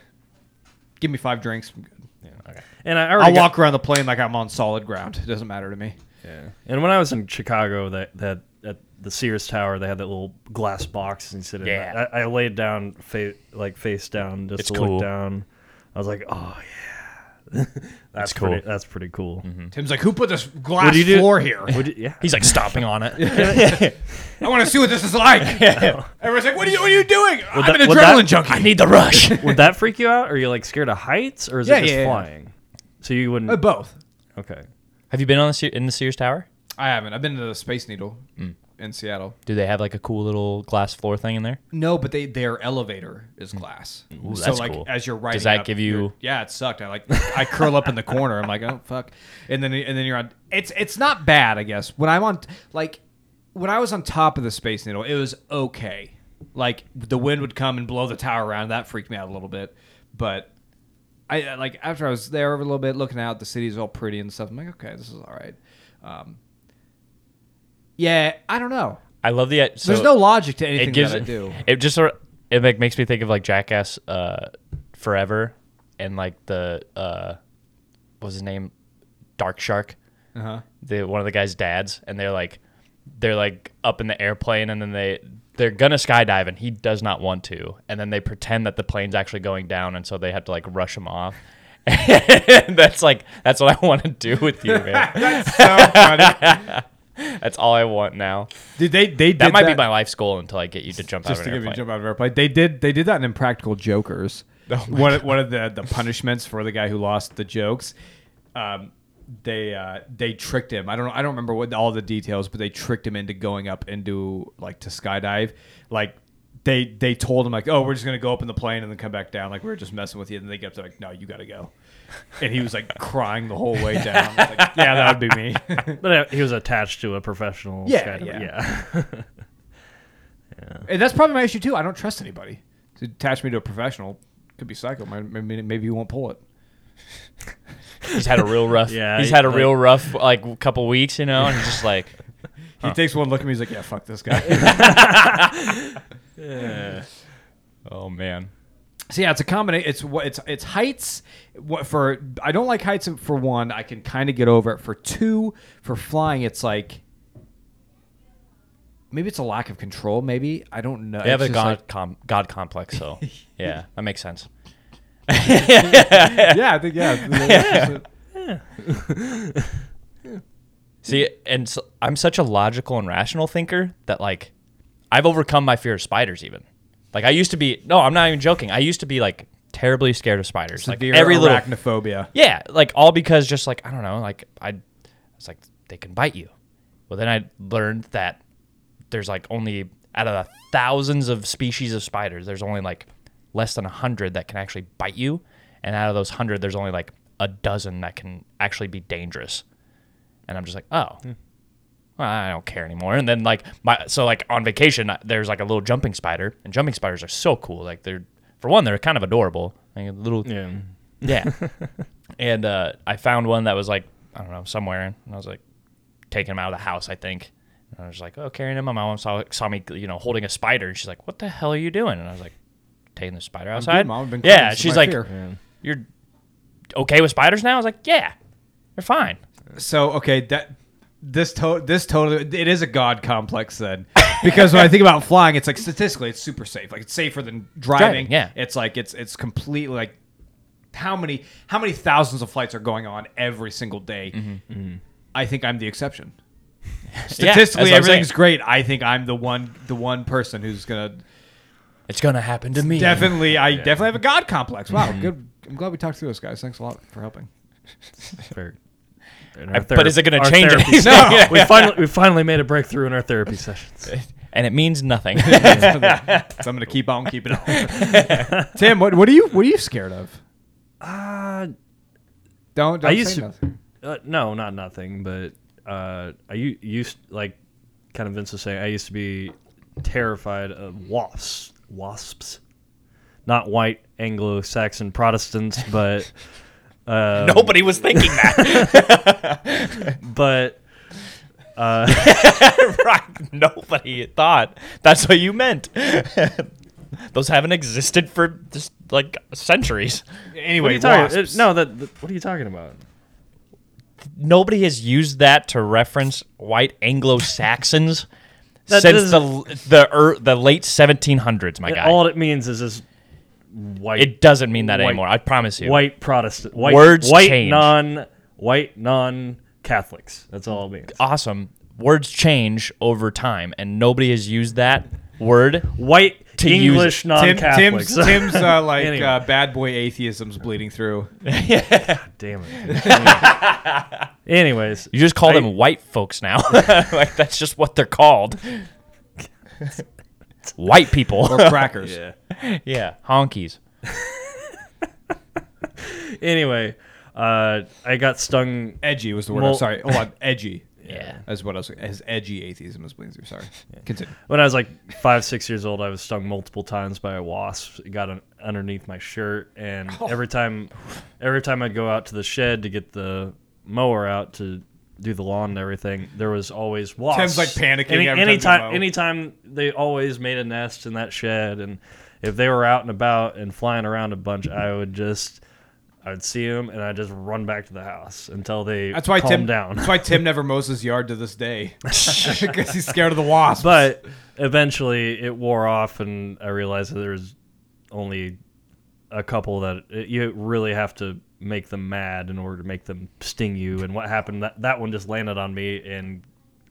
Speaker 3: give me five drinks. I'm good.
Speaker 2: and I
Speaker 3: I'll
Speaker 2: already got-
Speaker 3: walk around the plane like I'm on solid ground. It doesn't matter to me.
Speaker 2: Yeah. And when I was in Chicago, that that at the Sears Tower, they had that little glass box and you sit in.
Speaker 4: Yeah.
Speaker 2: that. I, I laid down, fa- like face down, just
Speaker 4: It's
Speaker 2: to
Speaker 4: cool.
Speaker 2: look down. I was like, oh yeah, that's
Speaker 4: cool. Mm-hmm.
Speaker 2: Pretty, that's pretty cool.
Speaker 3: Tim's like, who put this glass
Speaker 2: do you do-
Speaker 3: floor here?
Speaker 2: Would you, yeah.
Speaker 4: he's like stomping on it
Speaker 3: I want to see what this is like. Everyone's like, what are you, what are you doing? I'm
Speaker 2: that-
Speaker 3: an
Speaker 2: would that-
Speaker 3: adrenaline junkie.
Speaker 4: i need the rush
Speaker 2: Would that freak you out? Are you like scared of heights, or is
Speaker 3: Yeah,
Speaker 2: it just
Speaker 3: yeah, yeah.
Speaker 2: flying? So you wouldn't.
Speaker 3: Uh, both.
Speaker 2: okay.
Speaker 4: Have you been on the Se- in the Sears Tower?
Speaker 3: I haven't. I've been to the Space Needle
Speaker 2: Hmm.
Speaker 3: in Seattle.
Speaker 4: Do they have like a cool little glass floor thing in there?
Speaker 3: No, but they their elevator is glass. Ooh, so
Speaker 4: that's
Speaker 3: like
Speaker 4: cool.
Speaker 3: as you're riding,
Speaker 4: that
Speaker 3: up,
Speaker 4: give you-
Speaker 3: you're- Yeah, it sucked. I like I curl up in the corner. I'm like, oh fuck, and then and then you're on. It's it's not bad, I guess. When I'm on like when I was on top of the Space Needle, it was okay. Like the wind would come and blow the tower around. That freaked me out a little bit, but. I I, like after I was there a little bit looking out, the city's all pretty and stuff. I'm like, okay, this is all right. Um, yeah, I don't know.
Speaker 4: I love the. uh, So
Speaker 3: There's no logic to anything
Speaker 4: It gives
Speaker 3: that I do.
Speaker 4: it just sort of, it like makes me think of like Jackass uh, Forever and like the uh, what was his name Dark Shark.
Speaker 3: Uh-huh.
Speaker 4: the one of the guy's dads and they're like they're like up in the airplane and then they they're gonna skydive and he does not want to and then they pretend that the plane's actually going down and so they have to like rush him off that's like that's what i want to do with you man
Speaker 3: so funny.
Speaker 4: that's all i want now
Speaker 3: Dude, they they did
Speaker 4: that might be
Speaker 3: that-
Speaker 4: my life's goal until i get you to jump out
Speaker 3: just
Speaker 4: of
Speaker 3: to give
Speaker 4: an
Speaker 3: you a
Speaker 4: airplane
Speaker 3: jump out of an airplane. They did they did that in Impractical Jokers.
Speaker 4: Oh
Speaker 3: One of- one of the the punishments for the guy who lost the jokes. Um, they uh, they tricked him. I don't know. I don't remember what all the details, but they tricked him into going up into like to skydive. Like they they told him like, oh, we're just gonna go up in the plane and then come back down. Like we are just messing with you. And they get up there like, no, you gotta go. And he was like crying the whole way down. I was like, yeah, that would be me.
Speaker 2: But uh, he was attached to a professional.
Speaker 3: Yeah,
Speaker 2: skydiver.
Speaker 3: yeah.
Speaker 2: yeah.
Speaker 3: And that's probably my issue too. I don't trust anybody. To attach me to a professional could be psycho. Might- Maybe maybe you won't pull it.
Speaker 4: he's had a real rough
Speaker 2: Yeah,
Speaker 4: he's had a
Speaker 2: like-
Speaker 4: real rough like couple weeks you know and he's just like
Speaker 3: He takes one look at me. He's like, "Yeah, fuck this guy."
Speaker 4: oh man
Speaker 3: so yeah, it's a combination. It's what it's it's heights. What for? I don't like heights. For one, I can kind of get over it. For two, for flying, it's like maybe it's a lack of control. Maybe I don't know.
Speaker 4: they have
Speaker 3: It's
Speaker 4: a
Speaker 3: just
Speaker 4: god
Speaker 3: like-
Speaker 4: com- god complex so yeah that makes sense
Speaker 3: yeah, I think yeah. yeah.
Speaker 4: See, and so, I'm such a logical and rational thinker that like I've overcome my fear of spiders even. Like I used to be no, I'm not even joking. I used to be like terribly scared of spiders. Like
Speaker 3: Severe
Speaker 4: every little
Speaker 3: arachnophobia.
Speaker 4: Yeah, like all because just like I don't know, like I it's like they can bite you. Well, then I learned that there's like only out of the thousands of species of spiders, there's only like less than a hundred that can actually bite you, and out of those hundred, there's only like a dozen that can actually be dangerous. And I'm just like, oh, well, I don't care anymore. And then like my so like on vacation, I- there's like a little jumping spider, and jumping spiders are so cool. Like they're for one, they're kind of adorable, like a little
Speaker 2: Yeah.
Speaker 4: yeah. and uh, I found one that was like, I don't know, somewhere. And I was like, taking him out of the house, I think. And I was like, oh, carrying him. My mom saw, saw me, you know, holding a spider. And she's like, what the hell are you doing? And I was like, taking the spider outside.
Speaker 3: Mom. I've been cleaning
Speaker 4: yeah.
Speaker 3: this is
Speaker 4: She's
Speaker 3: my
Speaker 4: like,
Speaker 3: fear.
Speaker 4: you're okay with spiders now? I was like, yeah, they're fine.
Speaker 3: So okay, that this to- this totally it is a god complex then, because when I think about flying, it's like statistically it's super safe. Like it's safer than driving.
Speaker 4: Driving, yeah.
Speaker 3: it's like it's it's completely like how many how many thousands of flights are going on every single day.
Speaker 4: Mm-hmm.
Speaker 3: I think I'm the exception. Statistically,
Speaker 4: what I'm saying.
Speaker 3: everything's great. I think I'm the one the one person who's gonna
Speaker 4: It's going to happen to me.
Speaker 3: definitely I definitely have a god complex. Wow,
Speaker 4: Mm-hmm.
Speaker 3: good. I'm glad we talked through this, guys. Thanks a lot for helping.
Speaker 2: Fair. And our
Speaker 4: But is it
Speaker 2: therap-
Speaker 4: going to
Speaker 2: our
Speaker 4: change
Speaker 2: therapy
Speaker 4: anything?
Speaker 2: session- we finally we finally made a breakthrough in our therapy sessions.
Speaker 4: and it means nothing.
Speaker 3: So I'm gonna keep on keeping on. Tim, what what are you what are you scared of?
Speaker 2: Uh,
Speaker 3: Don't, don't
Speaker 2: I used
Speaker 3: say
Speaker 2: to,
Speaker 3: nothing.
Speaker 2: uh, no, not nothing, but uh, I u- used like kind of Vince was saying. I used to be terrified of wasps, wasps, not white Anglo-Saxon Protestants, but uh,
Speaker 4: Nobody was thinking that.
Speaker 2: but
Speaker 4: right. Nobody thought that's what you meant. Those haven't existed for just like centuries.
Speaker 2: what are
Speaker 3: Anyway,
Speaker 2: you talking?
Speaker 3: wasps.
Speaker 2: uh, No, that, that- what are you talking about?
Speaker 4: Nobody has used that to reference white Anglo Saxons
Speaker 2: That
Speaker 4: since the the er, the late 1700s. My
Speaker 2: It-
Speaker 4: guy,
Speaker 2: all it means is this white,
Speaker 4: it doesn't mean that
Speaker 2: white-
Speaker 4: anymore. I promise you.
Speaker 2: white Protestant, white,
Speaker 4: Words
Speaker 2: white
Speaker 4: change.
Speaker 2: non, white non Catholics. That's all it means.
Speaker 4: awesome words change over time, and nobody has used that word.
Speaker 2: White
Speaker 4: To use
Speaker 2: English non
Speaker 3: Tim,
Speaker 2: Catholics.
Speaker 3: Tim's, Tim's uh, like
Speaker 2: Anyway.
Speaker 3: uh, bad boy atheism's bleeding through.
Speaker 2: Damn it. Anyways,
Speaker 4: You just call
Speaker 2: I-
Speaker 4: them white folks now. like that's just what they're called. white people.
Speaker 3: Or crackers.
Speaker 4: yeah, honkies.
Speaker 2: anyway, uh, I got stung.
Speaker 3: Edgy was the word. I'm
Speaker 2: Well-
Speaker 3: sorry. Hold on. Edgy.
Speaker 4: Yeah.
Speaker 3: That's what I was. His edgy atheism was bleeding through. Sorry. Continue.
Speaker 2: When I was like five, six years old, I was stung multiple times by a wasp. It got un- underneath my shirt, and
Speaker 3: Oh.
Speaker 2: every time, every time I'd go out to the shed to get the mower out to do the lawn and everything, there was always wasps.
Speaker 3: Tim's, like, panicking every time
Speaker 2: anytime,
Speaker 3: you mow.
Speaker 2: anytime they always made a nest in that shed, and if they were out and about and flying around a bunch, I would just. I would see them, and I'd just run back to the house until they
Speaker 3: That's why
Speaker 2: calmed
Speaker 3: Tim.
Speaker 2: down.
Speaker 3: That's why Tim never mows his yard to this day because he's scared of the wasps.
Speaker 2: but eventually it wore off and i realized that there was only a couple that it, you really have to make them mad in order to make them sting you and what happened that, that one just landed on me and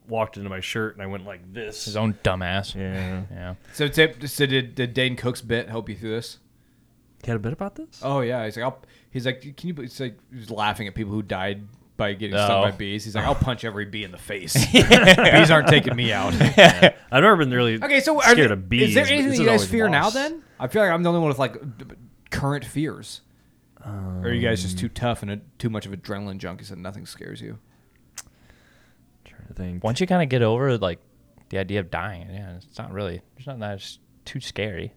Speaker 2: walked into my shirt and i went like
Speaker 4: His
Speaker 2: this
Speaker 4: own dumbass.
Speaker 2: yeah
Speaker 4: Yeah.
Speaker 3: so Tim. So did, did Dane Cook's bit help you through this?
Speaker 2: you had a bit about this
Speaker 3: Oh yeah, he's like, I'll, he's like, can you? He's like, he's laughing at people who died by getting
Speaker 4: Oh.
Speaker 3: stung by bees. He's like, I'll punch every bee in the face. bees aren't taking me out.
Speaker 2: i've never been really
Speaker 3: okay, so are
Speaker 2: scared
Speaker 3: there-
Speaker 2: of bees
Speaker 3: Is there
Speaker 2: but
Speaker 3: anything
Speaker 2: this
Speaker 3: that you guys
Speaker 2: always
Speaker 3: fear now?
Speaker 2: wasps.
Speaker 3: Then I feel like I'm the only one with like b- b- current fears. or are you guys just too tough and a, too much of adrenaline junkies and nothing scares you?
Speaker 2: trying to think
Speaker 4: Once you kind of get over like the idea of dying, yeah, it's not really. There's not that. It's too scary.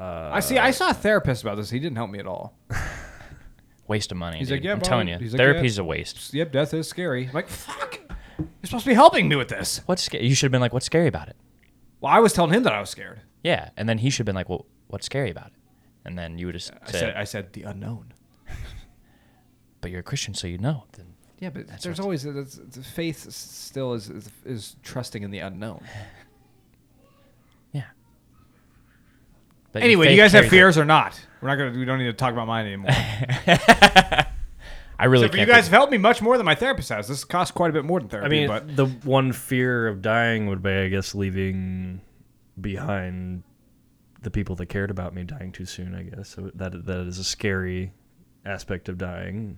Speaker 3: I see. I saw a therapist about this. He didn't help me at all.
Speaker 4: Waste of money.
Speaker 3: He's
Speaker 4: dude.
Speaker 3: like, yeah,
Speaker 4: I'm
Speaker 3: but
Speaker 4: telling you,
Speaker 3: he's like,
Speaker 4: therapy's
Speaker 3: yeah.
Speaker 4: a waste.
Speaker 3: Yep, death is scary. I'm like, fuck. You're supposed to be helping me with this.
Speaker 4: What's sca- you should have been like, what's scary about it?
Speaker 3: Well, I was telling him that I was scared.
Speaker 4: Yeah, and then he should have been like, well, what's scary about it? And then you would have said,
Speaker 3: I said, I said the unknown.
Speaker 4: but you're a Christian, so you know. Then
Speaker 3: Yeah, but
Speaker 4: That's
Speaker 3: there's
Speaker 4: what-
Speaker 3: always that's, the faith s- still is, is is trusting in the unknown.
Speaker 4: yeah. But your
Speaker 3: Anyway, you
Speaker 4: faith
Speaker 3: guys have
Speaker 4: carries it.
Speaker 3: fears or not? We're not gonna. We don't need to talk about mine anymore.
Speaker 4: I really
Speaker 3: Except for you
Speaker 4: can't.
Speaker 3: guys have
Speaker 4: think-
Speaker 3: helped me much more than my therapist has. This costs quite a bit more than therapy.
Speaker 2: i mean
Speaker 3: but
Speaker 2: the one fear of dying would be i guess leaving behind the people that cared about me dying too soon i guess so that that is a scary aspect of dying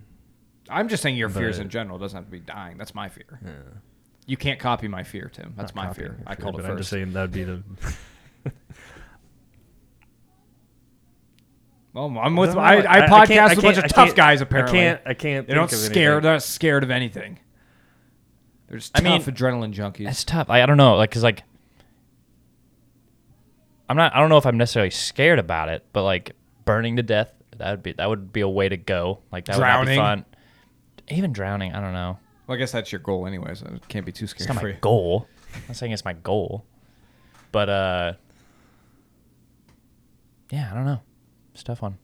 Speaker 3: I'm just saying your fears in
Speaker 2: but-
Speaker 3: general doesn't have to be dying. That's my fear. You can't copy my fear, Tim. That's my
Speaker 2: Copying
Speaker 3: fear.
Speaker 2: your
Speaker 3: I called
Speaker 2: but
Speaker 3: it
Speaker 2: I'm just
Speaker 3: first.
Speaker 2: saying that'd be the.
Speaker 3: Well, I'm with.
Speaker 2: No, no,
Speaker 3: I, I,
Speaker 2: I- I
Speaker 3: podcast
Speaker 2: can't- I
Speaker 3: with a bunch
Speaker 2: can't-
Speaker 3: of
Speaker 2: I
Speaker 3: tough
Speaker 2: can't-
Speaker 3: guys.
Speaker 2: I
Speaker 3: Apparently,
Speaker 2: can't- I can't
Speaker 3: They don't
Speaker 2: think of
Speaker 3: scare.
Speaker 2: anything.
Speaker 3: They're not scared of anything. They're just
Speaker 4: I
Speaker 3: tough
Speaker 4: mean-
Speaker 3: adrenaline junkies.
Speaker 4: It's tough. I, I don't know, like, cause like, I'm not. I don't know if I'm necessarily scared about it, but like burning to death, that would be that would be a way to go. Like that
Speaker 3: Drowning.
Speaker 4: would not be fun. Even drowning, I don't know.
Speaker 3: well, I guess that's your goal, anyways. It can't be too scary
Speaker 4: It's not
Speaker 3: for
Speaker 4: my
Speaker 3: you.
Speaker 4: goal. I'm not saying it's my goal, but uh, yeah, I don't know. It's a tough one.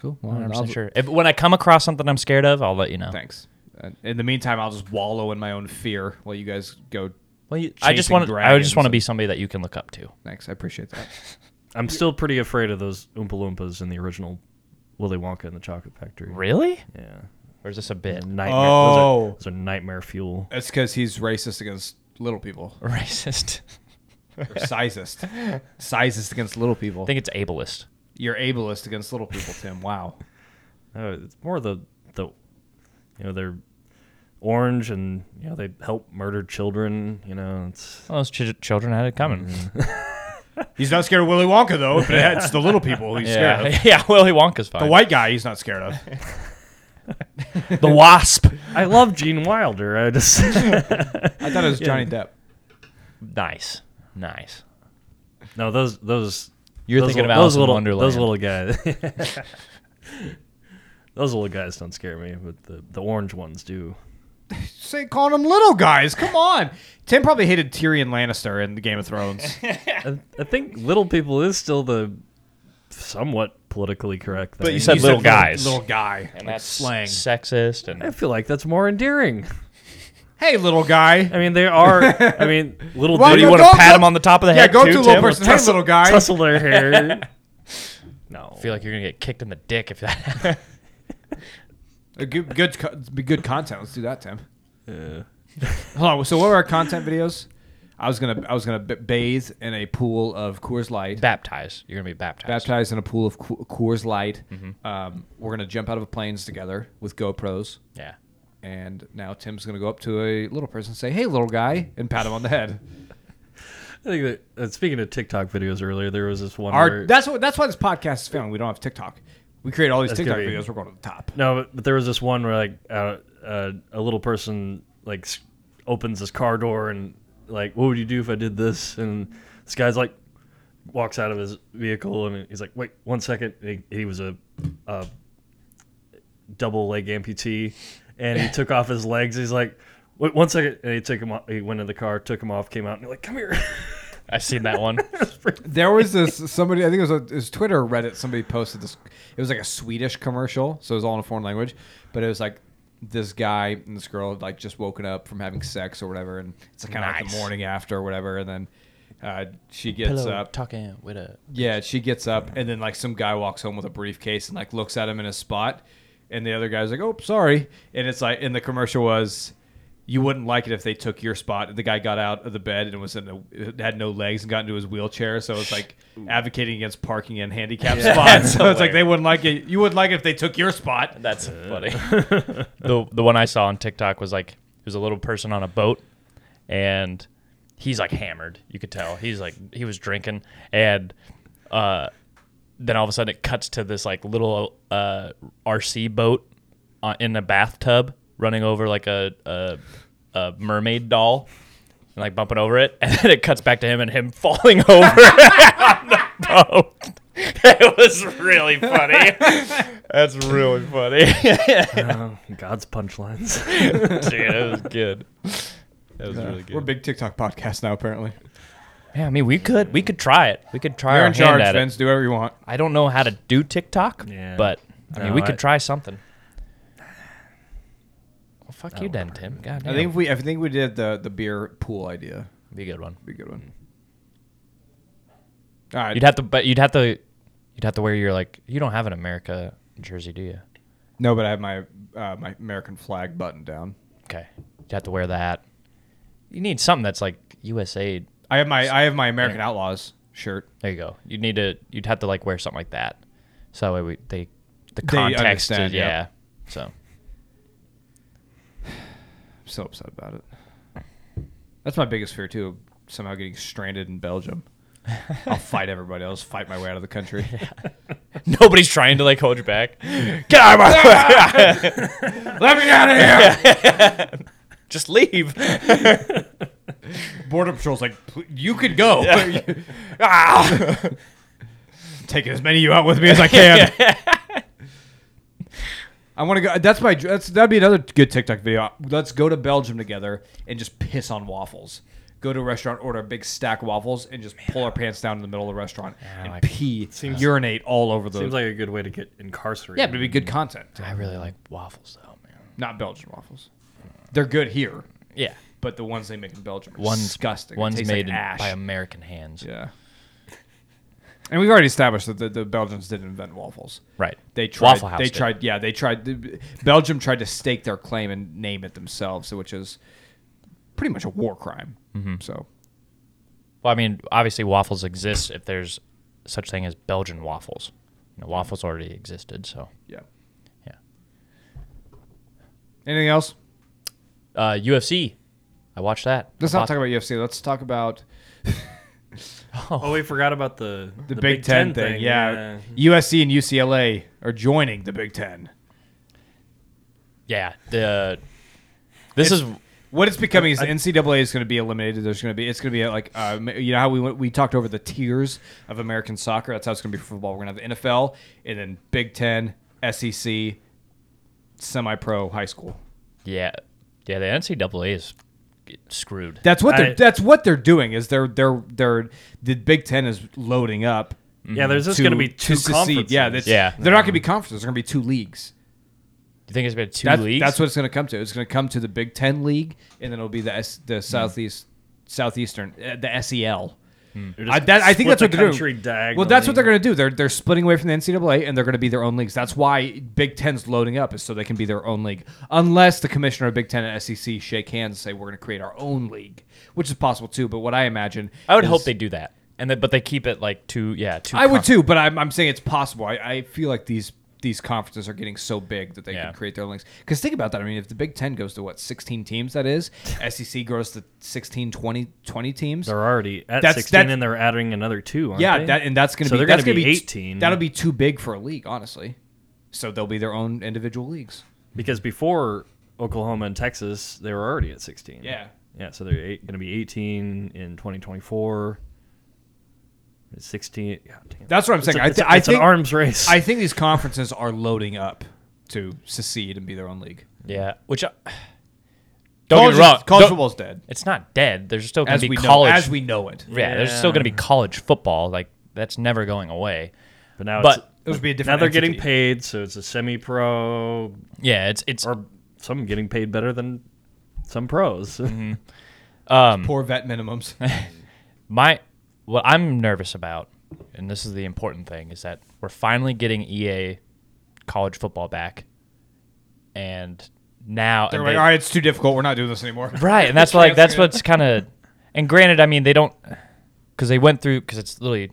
Speaker 3: Cool. Well,
Speaker 4: I'm
Speaker 3: I'll-
Speaker 4: not sure. If, when I come across something I'm scared of, I'll let you know.
Speaker 3: Thanks. Uh, In the meantime, I'll just wallow in my own fear while you guys go.
Speaker 4: Well, you, I just
Speaker 3: Chasing
Speaker 4: want I
Speaker 3: dragons
Speaker 4: just want to
Speaker 3: and-
Speaker 4: be somebody that you can look up to.
Speaker 3: Thanks. I appreciate that.
Speaker 2: I'm still pretty afraid of those Oompa Loompas in the original Willy Wonka and the Chocolate Factory.
Speaker 4: Really?
Speaker 2: Yeah.
Speaker 4: Or is this a bit
Speaker 2: Nightmare.
Speaker 3: Oh.
Speaker 2: Those are, those are nightmare fuel.
Speaker 3: That's because he's racist against little people.
Speaker 4: racist?
Speaker 3: Or sizist. sizist against little people.
Speaker 4: I think it's ableist.
Speaker 3: You're ableist against little people, Tim. Wow.
Speaker 2: Oh, it's more the the you know they're orange and you know they help murder children. You know it's
Speaker 4: Well, those ch- children had it coming.
Speaker 3: He's not scared of Willy Wonka though, but it's the little people he's
Speaker 4: Yeah, yeah. Willy Wonka's fine.
Speaker 3: guy he's not scared of.
Speaker 4: the wasp.
Speaker 2: I love Gene Wilder. I just
Speaker 3: I thought it was Johnny Depp.
Speaker 4: Nice, nice.
Speaker 2: no those those
Speaker 4: You're
Speaker 2: those
Speaker 4: thinking
Speaker 2: little,
Speaker 4: of Alice
Speaker 2: those
Speaker 4: in
Speaker 2: little
Speaker 4: Wonderland.
Speaker 2: those little guys. those little guys don't scare me, but the the orange ones do.
Speaker 3: Say calling them little guys. Come on. Tim probably hated Tyrion Lannister in the Game of Thrones.
Speaker 2: I, I think little people is still the somewhat politically correct. Thing.
Speaker 4: said little guys.
Speaker 3: Little guy. And
Speaker 4: that's sexist,
Speaker 2: I
Speaker 4: and
Speaker 2: feel like that's more endearing.
Speaker 3: Hey, little guy.
Speaker 2: I mean, they are. I mean, little.
Speaker 3: Why
Speaker 4: do
Speaker 2: dude-
Speaker 4: you
Speaker 3: Go-
Speaker 4: want to
Speaker 3: go-
Speaker 4: pat
Speaker 3: go-
Speaker 4: him on the top of the
Speaker 3: Yeah,
Speaker 4: head?
Speaker 3: go
Speaker 4: too,
Speaker 3: to a little
Speaker 4: Tim?
Speaker 3: person. Hey, little guy.
Speaker 2: tussle their hair. no.
Speaker 4: I feel like you're gonna get kicked in the dick if that.
Speaker 3: A Uh, Good, good, co- be good content. Let's do that, Tim.
Speaker 2: Yeah.
Speaker 3: Hold on. So, what were our content videos? I was gonna, I was gonna b- bathe in a pool of Coors Light.
Speaker 4: baptized. You're gonna be baptized.
Speaker 3: baptized in a pool of Co- Coors Light.
Speaker 2: Mm-hmm.
Speaker 3: Um, we're gonna jump out of planes together with GoPros,
Speaker 4: Yeah.
Speaker 3: and now Tim's gonna go up to a little person and say, "Hey, little guy," and pat him on the head.
Speaker 2: I think that uh, speaking of TikTok videos earlier, there was this one.
Speaker 3: Our
Speaker 2: where,
Speaker 3: that's what that's why this podcast is failing. We don't have TikTok. We create all these
Speaker 2: That's
Speaker 3: TikTok
Speaker 2: gonna be-
Speaker 3: videos. We're going to the top.
Speaker 2: no, but- but there was this one where like uh, uh, a little person like s- opens his car door and like, what would you do if I did this? And this guy's like, walks out of his vehicle and he's like, wait one second. And He, he was a, a double leg amputee, and he took off his legs. He's like. Wait one second, and he took him. Off, he went in the car, took him off, came out, and they're like, "Come here."
Speaker 4: I've seen that one.
Speaker 3: There was this somebody I think it was, a, it was Twitter or Reddit. Somebody posted this. It was like a Swedish commercial, so it was all in a foreign language. But it was like this guy and this girl had like just woken up from having sex or whatever, and it's kind of like
Speaker 4: Nice.
Speaker 3: the morning after or whatever. And then uh, she gets up.
Speaker 4: talking with a.
Speaker 3: yeah, she gets up, and then like some guy walks home with a briefcase and like looks at him in his spot, and the other guy's like, "Oh, sorry." And it's like, and the commercial was. You wouldn't like it if they took your spot. And the guy got out of the bed and was in the, had no legs and got into his wheelchair. So it's like advocating against parking in handicapped spots. So it's like they wouldn't like it. You wouldn't like it if they took your spot.
Speaker 4: That's funny. the the one I saw on TikTok was like it was a little person on a boat, and he's like hammered. You could tell he's like he was drinking, and uh, then all of a sudden it cuts to this like little uh, RC boat on, in a bathtub running over like a, a a mermaid doll. And like bumping over it, and then it cuts back to him and him falling over on the boat. It was really funny. That's really funny.
Speaker 2: Oh, God's punchlines.
Speaker 4: Dude, that was good. That was really
Speaker 3: We're a big TikTok podcast now, apparently.
Speaker 4: Yeah, I mean, we could we could try it. We could try
Speaker 3: You're
Speaker 4: our
Speaker 3: in
Speaker 4: hand
Speaker 3: charge,
Speaker 4: at
Speaker 3: Vince. Do whatever you want.
Speaker 4: it. I don't know how to do TikTok,
Speaker 2: Yeah.
Speaker 4: but I mean,
Speaker 2: No,
Speaker 4: we
Speaker 2: I-
Speaker 4: could try something. Well, fuck you then, Tim. God damn,
Speaker 3: I think if we, I think we did the the beer pool idea.
Speaker 4: be a good one.
Speaker 3: Be a good one. Mm. All right.
Speaker 4: You'd have to, but you'd have to, you'd have to wear your like. You don't have an America jersey, do you?
Speaker 3: No, but I have my uh, my American flag button down.
Speaker 4: Okay, you'd have to wear that. You need something that's like USA.
Speaker 3: I have my I have my American Outlaws shirt.
Speaker 4: There you go. You would need to. You'd have to like wear something like that. So that way we they the
Speaker 3: They
Speaker 4: context.
Speaker 3: understand,
Speaker 4: is, yeah.
Speaker 3: yep.
Speaker 4: So
Speaker 3: I'm so upset about it. That's my biggest fear too. Somehow getting stranded in Belgium. I'll fight everybody else. Fight my way out of the country.
Speaker 4: Nobody's trying to like hold you back. Get out of my way.
Speaker 3: Let me out of here.
Speaker 4: Just leave.
Speaker 3: Border Patrol's like, "Pl- you could go. Ah! Taking as many of you out with me as I can. I want to go. That's my. That's that'd be another good TikTok video. Let's go to Belgium together and just piss on waffles. Go to a restaurant, order a big stack of waffles, and just pull our pants down in the middle of the restaurant and pee, urinate all over the.
Speaker 2: Seems like a good way to get incarcerated.
Speaker 3: yeah, but it'd be good content.
Speaker 4: I really like waffles though, man.
Speaker 3: Not Belgian waffles. They're good here,
Speaker 4: Yeah.
Speaker 3: but the ones they make in Belgium are
Speaker 4: One's
Speaker 3: disgusting. It
Speaker 4: One's
Speaker 3: tastes
Speaker 4: made
Speaker 3: like
Speaker 4: in-
Speaker 3: ash.
Speaker 4: by American hands.
Speaker 3: Yeah. And we've already established that the, the Belgians didn't invent waffles.
Speaker 4: Right.
Speaker 3: They tried.
Speaker 4: Waffle House
Speaker 3: they
Speaker 4: did.
Speaker 3: tried. Yeah, they tried. the- Belgium tried to stake their claim and name it themselves, which is pretty much a war crime.
Speaker 4: Mm-hmm.
Speaker 3: So
Speaker 4: Well, I mean, obviously waffles exist if there's such thing as Belgian waffles. You know, waffles already existed, so
Speaker 3: yeah,
Speaker 4: yeah.
Speaker 3: Anything else?
Speaker 4: Uh, UFC. I watched that.
Speaker 3: Let's
Speaker 4: I
Speaker 3: not
Speaker 4: bought-
Speaker 3: talk about UFC. Let's talk about
Speaker 2: Oh, we forgot about the
Speaker 3: the, Big, Ten, thing. Yeah. USC and UCLA are joining the Big Ten.
Speaker 4: Yeah. The this is
Speaker 3: What it's becoming is the NCAA is going to be eliminated. There's going to be it's going to be like uh, you know how we went, we talked over the tiers of American soccer. That's how it's going to be for football. We're going to have the NFL and then Big Ten, SEC, semi-pro, high school.
Speaker 4: yeah yeah the NCAA is screwed.
Speaker 3: That's what they're
Speaker 2: I-
Speaker 3: that's what they're doing. Is they're they're they're the Big Ten is loading up.
Speaker 2: Yeah, there's just going to be two
Speaker 3: succeed.
Speaker 2: conferences.
Speaker 3: Yeah, that's,
Speaker 4: Yeah.
Speaker 3: They're not going to be conferences. They're going to be two leagues.
Speaker 4: Do you think it's been two
Speaker 3: That-
Speaker 4: leagues?
Speaker 3: That's what it's going to come to. It's going to come to the Big Ten league, and then it'll be the S,
Speaker 4: Hmm.
Speaker 3: the southeast southeastern uh, the SEL.
Speaker 4: Hmm.
Speaker 2: They're
Speaker 3: I,
Speaker 2: just
Speaker 3: that, I think
Speaker 2: split
Speaker 3: that's
Speaker 2: the
Speaker 3: what they're
Speaker 2: country
Speaker 3: doing. Well,
Speaker 2: diagonally.
Speaker 3: that's what they're going to do. They're they're splitting away from the NCAA and they're going to be their own leagues. That's why Big Ten's loading up is so they can be their own league. Unless the commissioner of Big Ten and SEC shake hands and say we're going to create our own league, which is possible too. But what I imagine,
Speaker 4: I would
Speaker 3: is-
Speaker 4: hope they do that, and that but they keep it like two yeah two.
Speaker 3: I would
Speaker 4: conf-
Speaker 3: too, but I'm, I'm saying it's possible. I, I feel like these these conferences are getting so big that they
Speaker 4: Yeah.
Speaker 3: can create their own leagues. Because think about that. I mean, if the Big Ten goes to what 16 teams, that is SEC grows to 16, 20, 20 teams.
Speaker 2: They're already at
Speaker 3: That's-
Speaker 2: 16
Speaker 3: that's-
Speaker 2: and they're adding another two, aren't
Speaker 3: Yeah,
Speaker 2: they?
Speaker 3: that and that's going to
Speaker 2: So
Speaker 3: be
Speaker 2: they're
Speaker 3: that's
Speaker 2: gonna
Speaker 3: gonna
Speaker 2: be
Speaker 3: t-
Speaker 2: 18.
Speaker 3: That'll be too big for a league, honestly. So they'll be their own individual leagues.
Speaker 2: because before Oklahoma and Texas, they were already at 16. Yeah, so they're eight, gonna be 18 in 2024. It's 16. God damn.
Speaker 3: that's what I'm
Speaker 2: it's,
Speaker 3: saying.
Speaker 2: a,
Speaker 3: I
Speaker 2: it's,
Speaker 3: thi-
Speaker 2: a-
Speaker 3: I
Speaker 2: it's
Speaker 3: think
Speaker 2: an arms race.
Speaker 3: I think these conferences are loading up to secede and be their own league.
Speaker 4: yeah which I, don't
Speaker 3: College,
Speaker 4: get me wrong
Speaker 3: is- college
Speaker 4: don't-
Speaker 3: football's dead
Speaker 4: It's not dead. There's still going
Speaker 3: as
Speaker 4: to
Speaker 3: we
Speaker 4: be
Speaker 3: know,
Speaker 4: college.
Speaker 3: as we know it.
Speaker 4: yeah, there's still
Speaker 2: Yeah.
Speaker 4: going to be college football. Like that's never going away.
Speaker 2: but now,
Speaker 4: but-
Speaker 2: it's,
Speaker 3: Those would be a
Speaker 2: now
Speaker 3: different.
Speaker 2: they're getting
Speaker 3: entity.
Speaker 2: paid, so it's a semi-pro,
Speaker 4: Yeah, it's it's
Speaker 2: or some getting paid better than some pros.
Speaker 3: poor vet minimums.
Speaker 4: my what I'm nervous about, and this is the important thing, is that we're finally getting EA college football back, and now
Speaker 3: they're
Speaker 4: and
Speaker 3: like,
Speaker 4: they-
Speaker 3: all right, it's too difficult. We're not doing this anymore.
Speaker 4: right and that's like that's
Speaker 3: Transfer it.
Speaker 4: what's kind of and granted i mean they don't because they went through because it's literally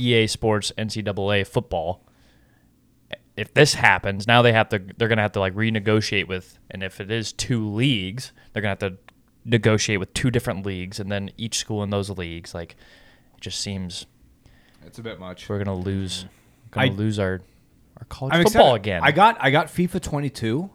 Speaker 4: ea sports ncaa football if this happens now they have to they're gonna have to like renegotiate with and if it is two leagues they're gonna have to negotiate with two different leagues and then each school in those leagues like it just seems
Speaker 3: It's a bit much.
Speaker 4: we're gonna lose gonna
Speaker 3: I-
Speaker 4: lose our our college
Speaker 3: I'm
Speaker 4: football
Speaker 3: excited. Mm-hmm.
Speaker 4: again
Speaker 3: I got I got FIFA 22.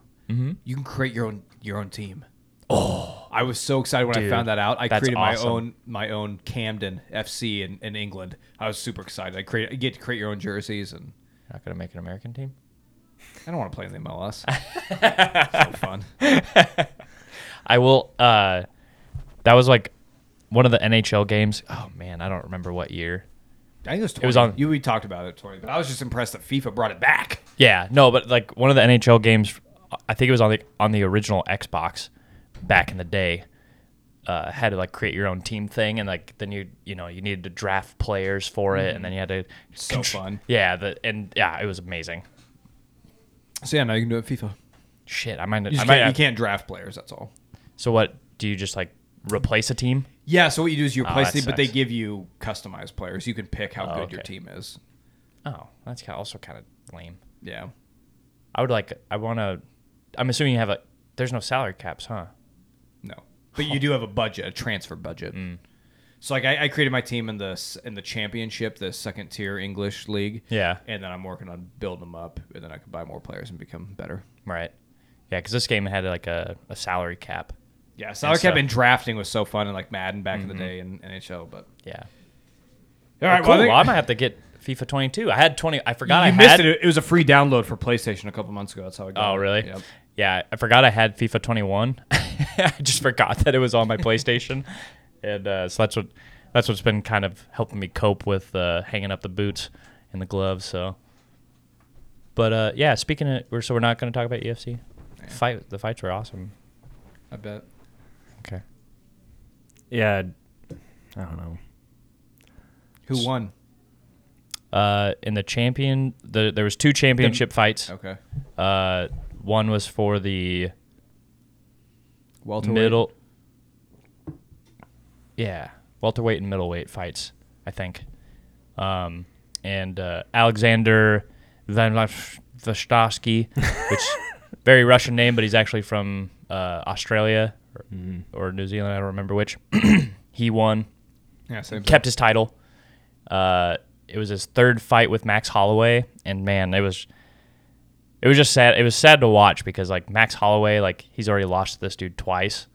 Speaker 3: You can create your own your own team. Oh, I was so excited when I
Speaker 4: Dude,
Speaker 3: found that out. I
Speaker 4: that's
Speaker 3: created
Speaker 4: awesome.
Speaker 3: my own my own Camden FC in, in England. I was super excited. I create you get to create your own jerseys, and
Speaker 4: You're not gonna make an american team
Speaker 3: I don't want to play in the MLS. It's so fun.
Speaker 4: I will. Uh, that was like one of the NHL games. Oh man, I don't remember what year.
Speaker 3: I think it was 20.
Speaker 4: was on-
Speaker 3: You we talked about it 20, but I was just impressed that FIFA brought it back.
Speaker 4: Yeah, no, but like one of the NHL games. I think it was on the on the original Xbox back in the day. Uh, had to like create your own team thing, and like then you you know you needed to draft players for it, and then you had to.
Speaker 3: So fun.
Speaker 4: Yeah, the, and yeah, it was amazing.
Speaker 3: So yeah, now you can do it FIFA.
Speaker 4: Shit, I might.
Speaker 3: You,
Speaker 4: I
Speaker 3: just
Speaker 4: might
Speaker 3: can't, you
Speaker 4: have-
Speaker 3: can't draft players. That's all.
Speaker 4: So what do you just like replace a team?
Speaker 3: Yeah, so what you do is you replace
Speaker 4: Oh, that
Speaker 3: the, but they
Speaker 4: sucks.
Speaker 3: give you customized players. You can pick how
Speaker 4: Oh,
Speaker 3: good your
Speaker 4: okay.
Speaker 3: team is.
Speaker 4: Oh, that's kind also kind of lame.
Speaker 3: Yeah.
Speaker 4: I would like. I want to. I'm assuming you have a. There's no salary caps, huh?
Speaker 3: No. but you do have a budget, a transfer budget.
Speaker 4: Mm.
Speaker 3: So like I, I created my team in the s- in the championship, the second tier English league.
Speaker 4: Yeah.
Speaker 3: and then I'm working on building them up, and then I can buy more players and become better.
Speaker 4: Right. Yeah, because this game had like a, a salary cap.
Speaker 3: Yeah, salary
Speaker 4: so-
Speaker 3: cap and drafting was so fun, and like Madden back in the day and NHL. But
Speaker 4: Yeah.
Speaker 3: all
Speaker 4: Well, cool. Well, I, might have to get FIFA 22. I had 20. I forgot I
Speaker 3: you
Speaker 4: had.
Speaker 3: missed it. It was a free download for PlayStation a couple months ago. That's how I got.
Speaker 4: Oh,
Speaker 3: it.
Speaker 4: really?
Speaker 3: Yep.
Speaker 4: Yeah, I forgot I had FIFA 21. I just forgot that it was on my PlayStation, and uh, so that's what that's what's been kind of helping me cope with uh, hanging up the boots and the gloves. So, but uh, yeah, speaking of, we're, so we're not going to talk about EFC. Fight the fights were awesome.
Speaker 3: I bet.
Speaker 4: Okay.
Speaker 2: Yeah, I- I don't know.
Speaker 3: Who won?
Speaker 4: Uh, in the champion, the, there was two championship fights.
Speaker 3: Okay.
Speaker 4: Uh, one was for the
Speaker 3: Welterweight.
Speaker 4: middle. Yeah, welterweight and middleweight fights, I think. Um, and uh, Alexander Van Vostosky, which very Russian name, but he's actually from uh, Australia or,
Speaker 2: Mm-hmm.
Speaker 4: or New Zealand. I don't remember which. he won,
Speaker 3: Yeah, same. thing.
Speaker 4: kept his title. Uh, it was his third fight with Max Holloway, and man, it was. It was just sad. It was sad to watch because like Max Holloway, like he's already lost to this dude twice,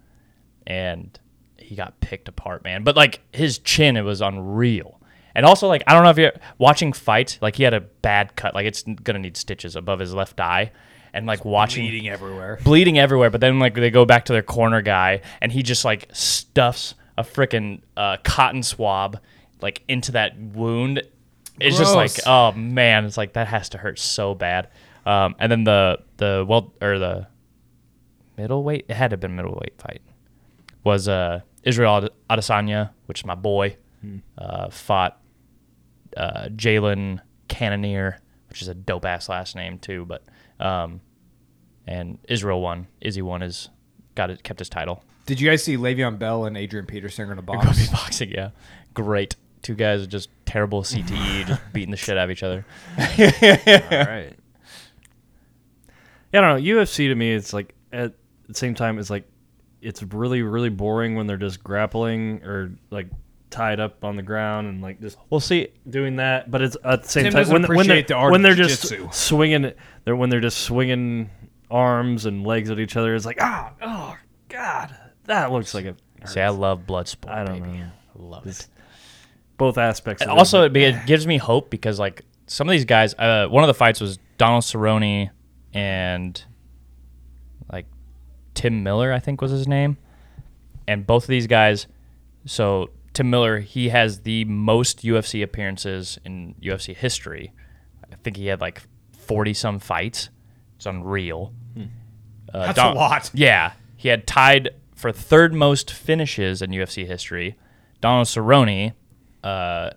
Speaker 4: and he got picked apart, man. But like his chin, it was unreal. And also like I don't know if you're watching fights, like he had a bad cut, like it's gonna need stitches above his left eye, and like watching bleeding everywhere, bleeding everywhere. But then like they go back to their corner guy, and he just like stuffs a freaking uh, cotton swab like into that wound. It's just like
Speaker 3: Gross.
Speaker 4: oh man, it's like that has to hurt so bad. Um, and then the the well or the middleweight, it had to have been middleweight fight was uh, Israel Adesanya, which is my boy, uh, fought uh, Jalen Cannoneer, which is a dope ass last name too. But um, and Israel won. Izzy won his got it kept his title.
Speaker 3: Did you guys see Le'Veon Bell and Adrian Peterson in a
Speaker 4: Kobe
Speaker 3: box?
Speaker 4: boxing, yeah, great. Two guys with just terrible CTE, just beating the shit out of each other.
Speaker 2: All right. Yeah, I don't know. UFC to me, it's like at the same time, it's like it's really, really boring when they're just grappling or like tied up on the ground and like just
Speaker 4: We'll see.
Speaker 2: doing that. But it's at the same
Speaker 3: Tim
Speaker 2: time
Speaker 3: doesn't
Speaker 2: when, when they're
Speaker 3: appreciate the art
Speaker 2: when they're
Speaker 3: of
Speaker 2: just
Speaker 3: jiu-jitsu.
Speaker 2: swinging, they're when they're just swinging arms and legs at each other. It's like ah, oh god, that looks like a
Speaker 4: See, I love blood sport.
Speaker 2: I don't
Speaker 4: baby.
Speaker 2: know.
Speaker 4: I love it.
Speaker 2: both aspects. Of it.
Speaker 4: also it, be- it gives me hope because like some of these guys uh, one of the fights was donald cerrone and like tim miller i think was his name and both of these guys so tim miller he has the most ufc appearances in ufc history i think he had like 40 some fights it's unreal uh,
Speaker 3: Hmm. That's a lot.
Speaker 4: yeah he had tied for third most finishes in ufc history donald cerrone uh,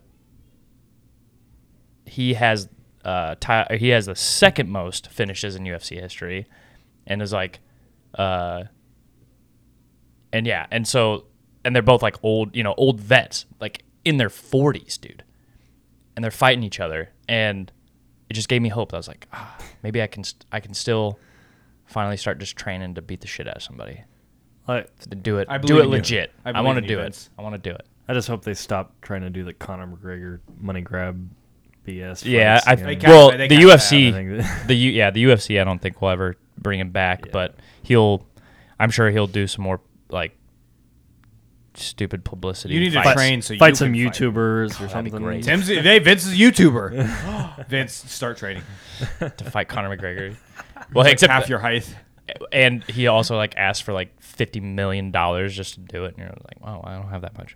Speaker 4: he has uh ti he has the second most finishes in UFC history, and is like, uh, and yeah, and so and they're both like old, you know, old vets, like in their forties, dude, and they're fighting each other, and it just gave me hope. I was like, ah, maybe I can st- I can still finally start just training to beat the shit out of somebody.
Speaker 2: I,
Speaker 4: To do it,
Speaker 3: I
Speaker 4: do
Speaker 3: believe
Speaker 4: it
Speaker 3: in you.
Speaker 4: legit.
Speaker 3: I
Speaker 4: I,
Speaker 3: believe
Speaker 4: want
Speaker 3: in
Speaker 4: to
Speaker 3: you,
Speaker 4: do it.
Speaker 3: Vince.
Speaker 4: I want to do it.
Speaker 2: I just hope they stop trying to do the Conor McGregor money grab BS.
Speaker 4: Yeah,
Speaker 2: fights,
Speaker 4: I,
Speaker 2: you know?
Speaker 3: They can't-
Speaker 4: well,
Speaker 3: they
Speaker 4: the
Speaker 3: can't
Speaker 2: have it. I
Speaker 4: UFC,
Speaker 2: think
Speaker 4: the U, yeah, the UFC. I don't think will ever bring him back, but he'll. I'm sure he'll do some more like stupid publicity.
Speaker 3: You need to
Speaker 4: fights.
Speaker 3: train so you
Speaker 2: fight some
Speaker 3: can
Speaker 2: YouTubers or
Speaker 4: that'd be
Speaker 2: something.
Speaker 4: great.
Speaker 3: Tim's, hey, Vince is a YouTuber. Vince, start training.
Speaker 4: to fight Conor McGregor. Well, except
Speaker 3: Half your height.
Speaker 4: and he also like asked for like fifty million dollars just to do it, and you're like, wow, I don't have that much.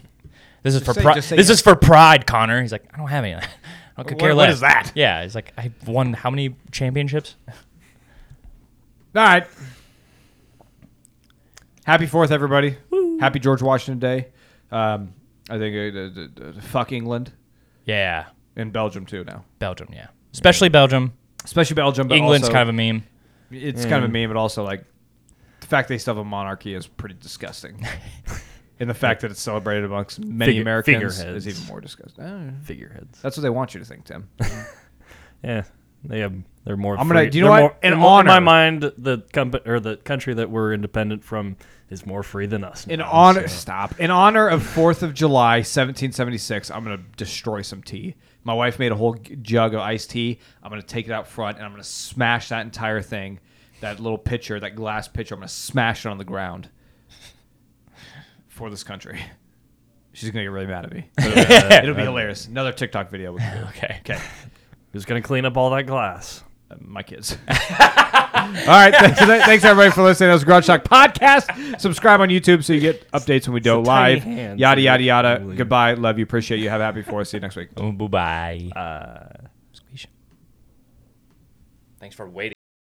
Speaker 4: this is for
Speaker 3: say-
Speaker 4: pride.
Speaker 3: just say
Speaker 4: This
Speaker 3: yes.
Speaker 4: is for pride, Connor. He's like, I don't have any. of that. I don't
Speaker 3: What-
Speaker 4: care
Speaker 3: what
Speaker 4: less.
Speaker 3: is that?
Speaker 4: Yeah, he's like, I won how many championships?
Speaker 3: All right. Happy Fourth, everybody. Happy George Washington Day. Um, I think uh, uh, uh, fuck England
Speaker 4: Yeah,
Speaker 3: and Belgium too now,
Speaker 4: Belgium. Yeah, especially Belgium.
Speaker 3: especially Belgium. But
Speaker 4: England's kind of a meme.
Speaker 3: a it's kind of
Speaker 2: Hmm.
Speaker 3: a meme, but also like the fact they still have a monarchy is pretty disgusting, and the fact that it's celebrated amongst many
Speaker 2: Figure-
Speaker 3: Americans
Speaker 2: figureheads.
Speaker 3: is even more disgusting. Uh,
Speaker 2: Figureheads.
Speaker 3: That's what they want you to think, Tim.
Speaker 2: Yeah, they have They're more.
Speaker 3: I'm gonna-
Speaker 2: free.
Speaker 3: do you know
Speaker 2: They're
Speaker 3: what?
Speaker 2: more-
Speaker 3: In
Speaker 2: they're more- in my
Speaker 3: honor-
Speaker 2: mind, the company or the country that we're independent from is more free than us.
Speaker 3: In
Speaker 2: now,
Speaker 3: honor,
Speaker 2: so.
Speaker 3: stop. In honor of Fourth of July, 1776, I'm gonna destroy some tea. My wife made a whole g- jug of iced tea. I'm gonna take it out front and I'm gonna smash that entire thing, that little pitcher, that glass pitcher. I'm gonna smash it on the ground for this country. She's gonna get really mad at me. It'll be hilarious. Another TikTok video. We can do.
Speaker 4: Okay.
Speaker 3: Okay,
Speaker 2: Who's gonna clean up all that glass?
Speaker 3: Uh, my kids. All right, thanks, thanks everybody for listening. That was Garage Talk podcast. Subscribe on YouTube so you get updates when we go
Speaker 2: a tiny
Speaker 3: live.
Speaker 2: hand.
Speaker 3: Yada yada yada.
Speaker 2: Unbelievable.
Speaker 3: Goodbye. Love you. Appreciate you. Have a happy fourth. See you next week.
Speaker 4: Bye bye.
Speaker 2: Uh,
Speaker 4: Thanks for waiting.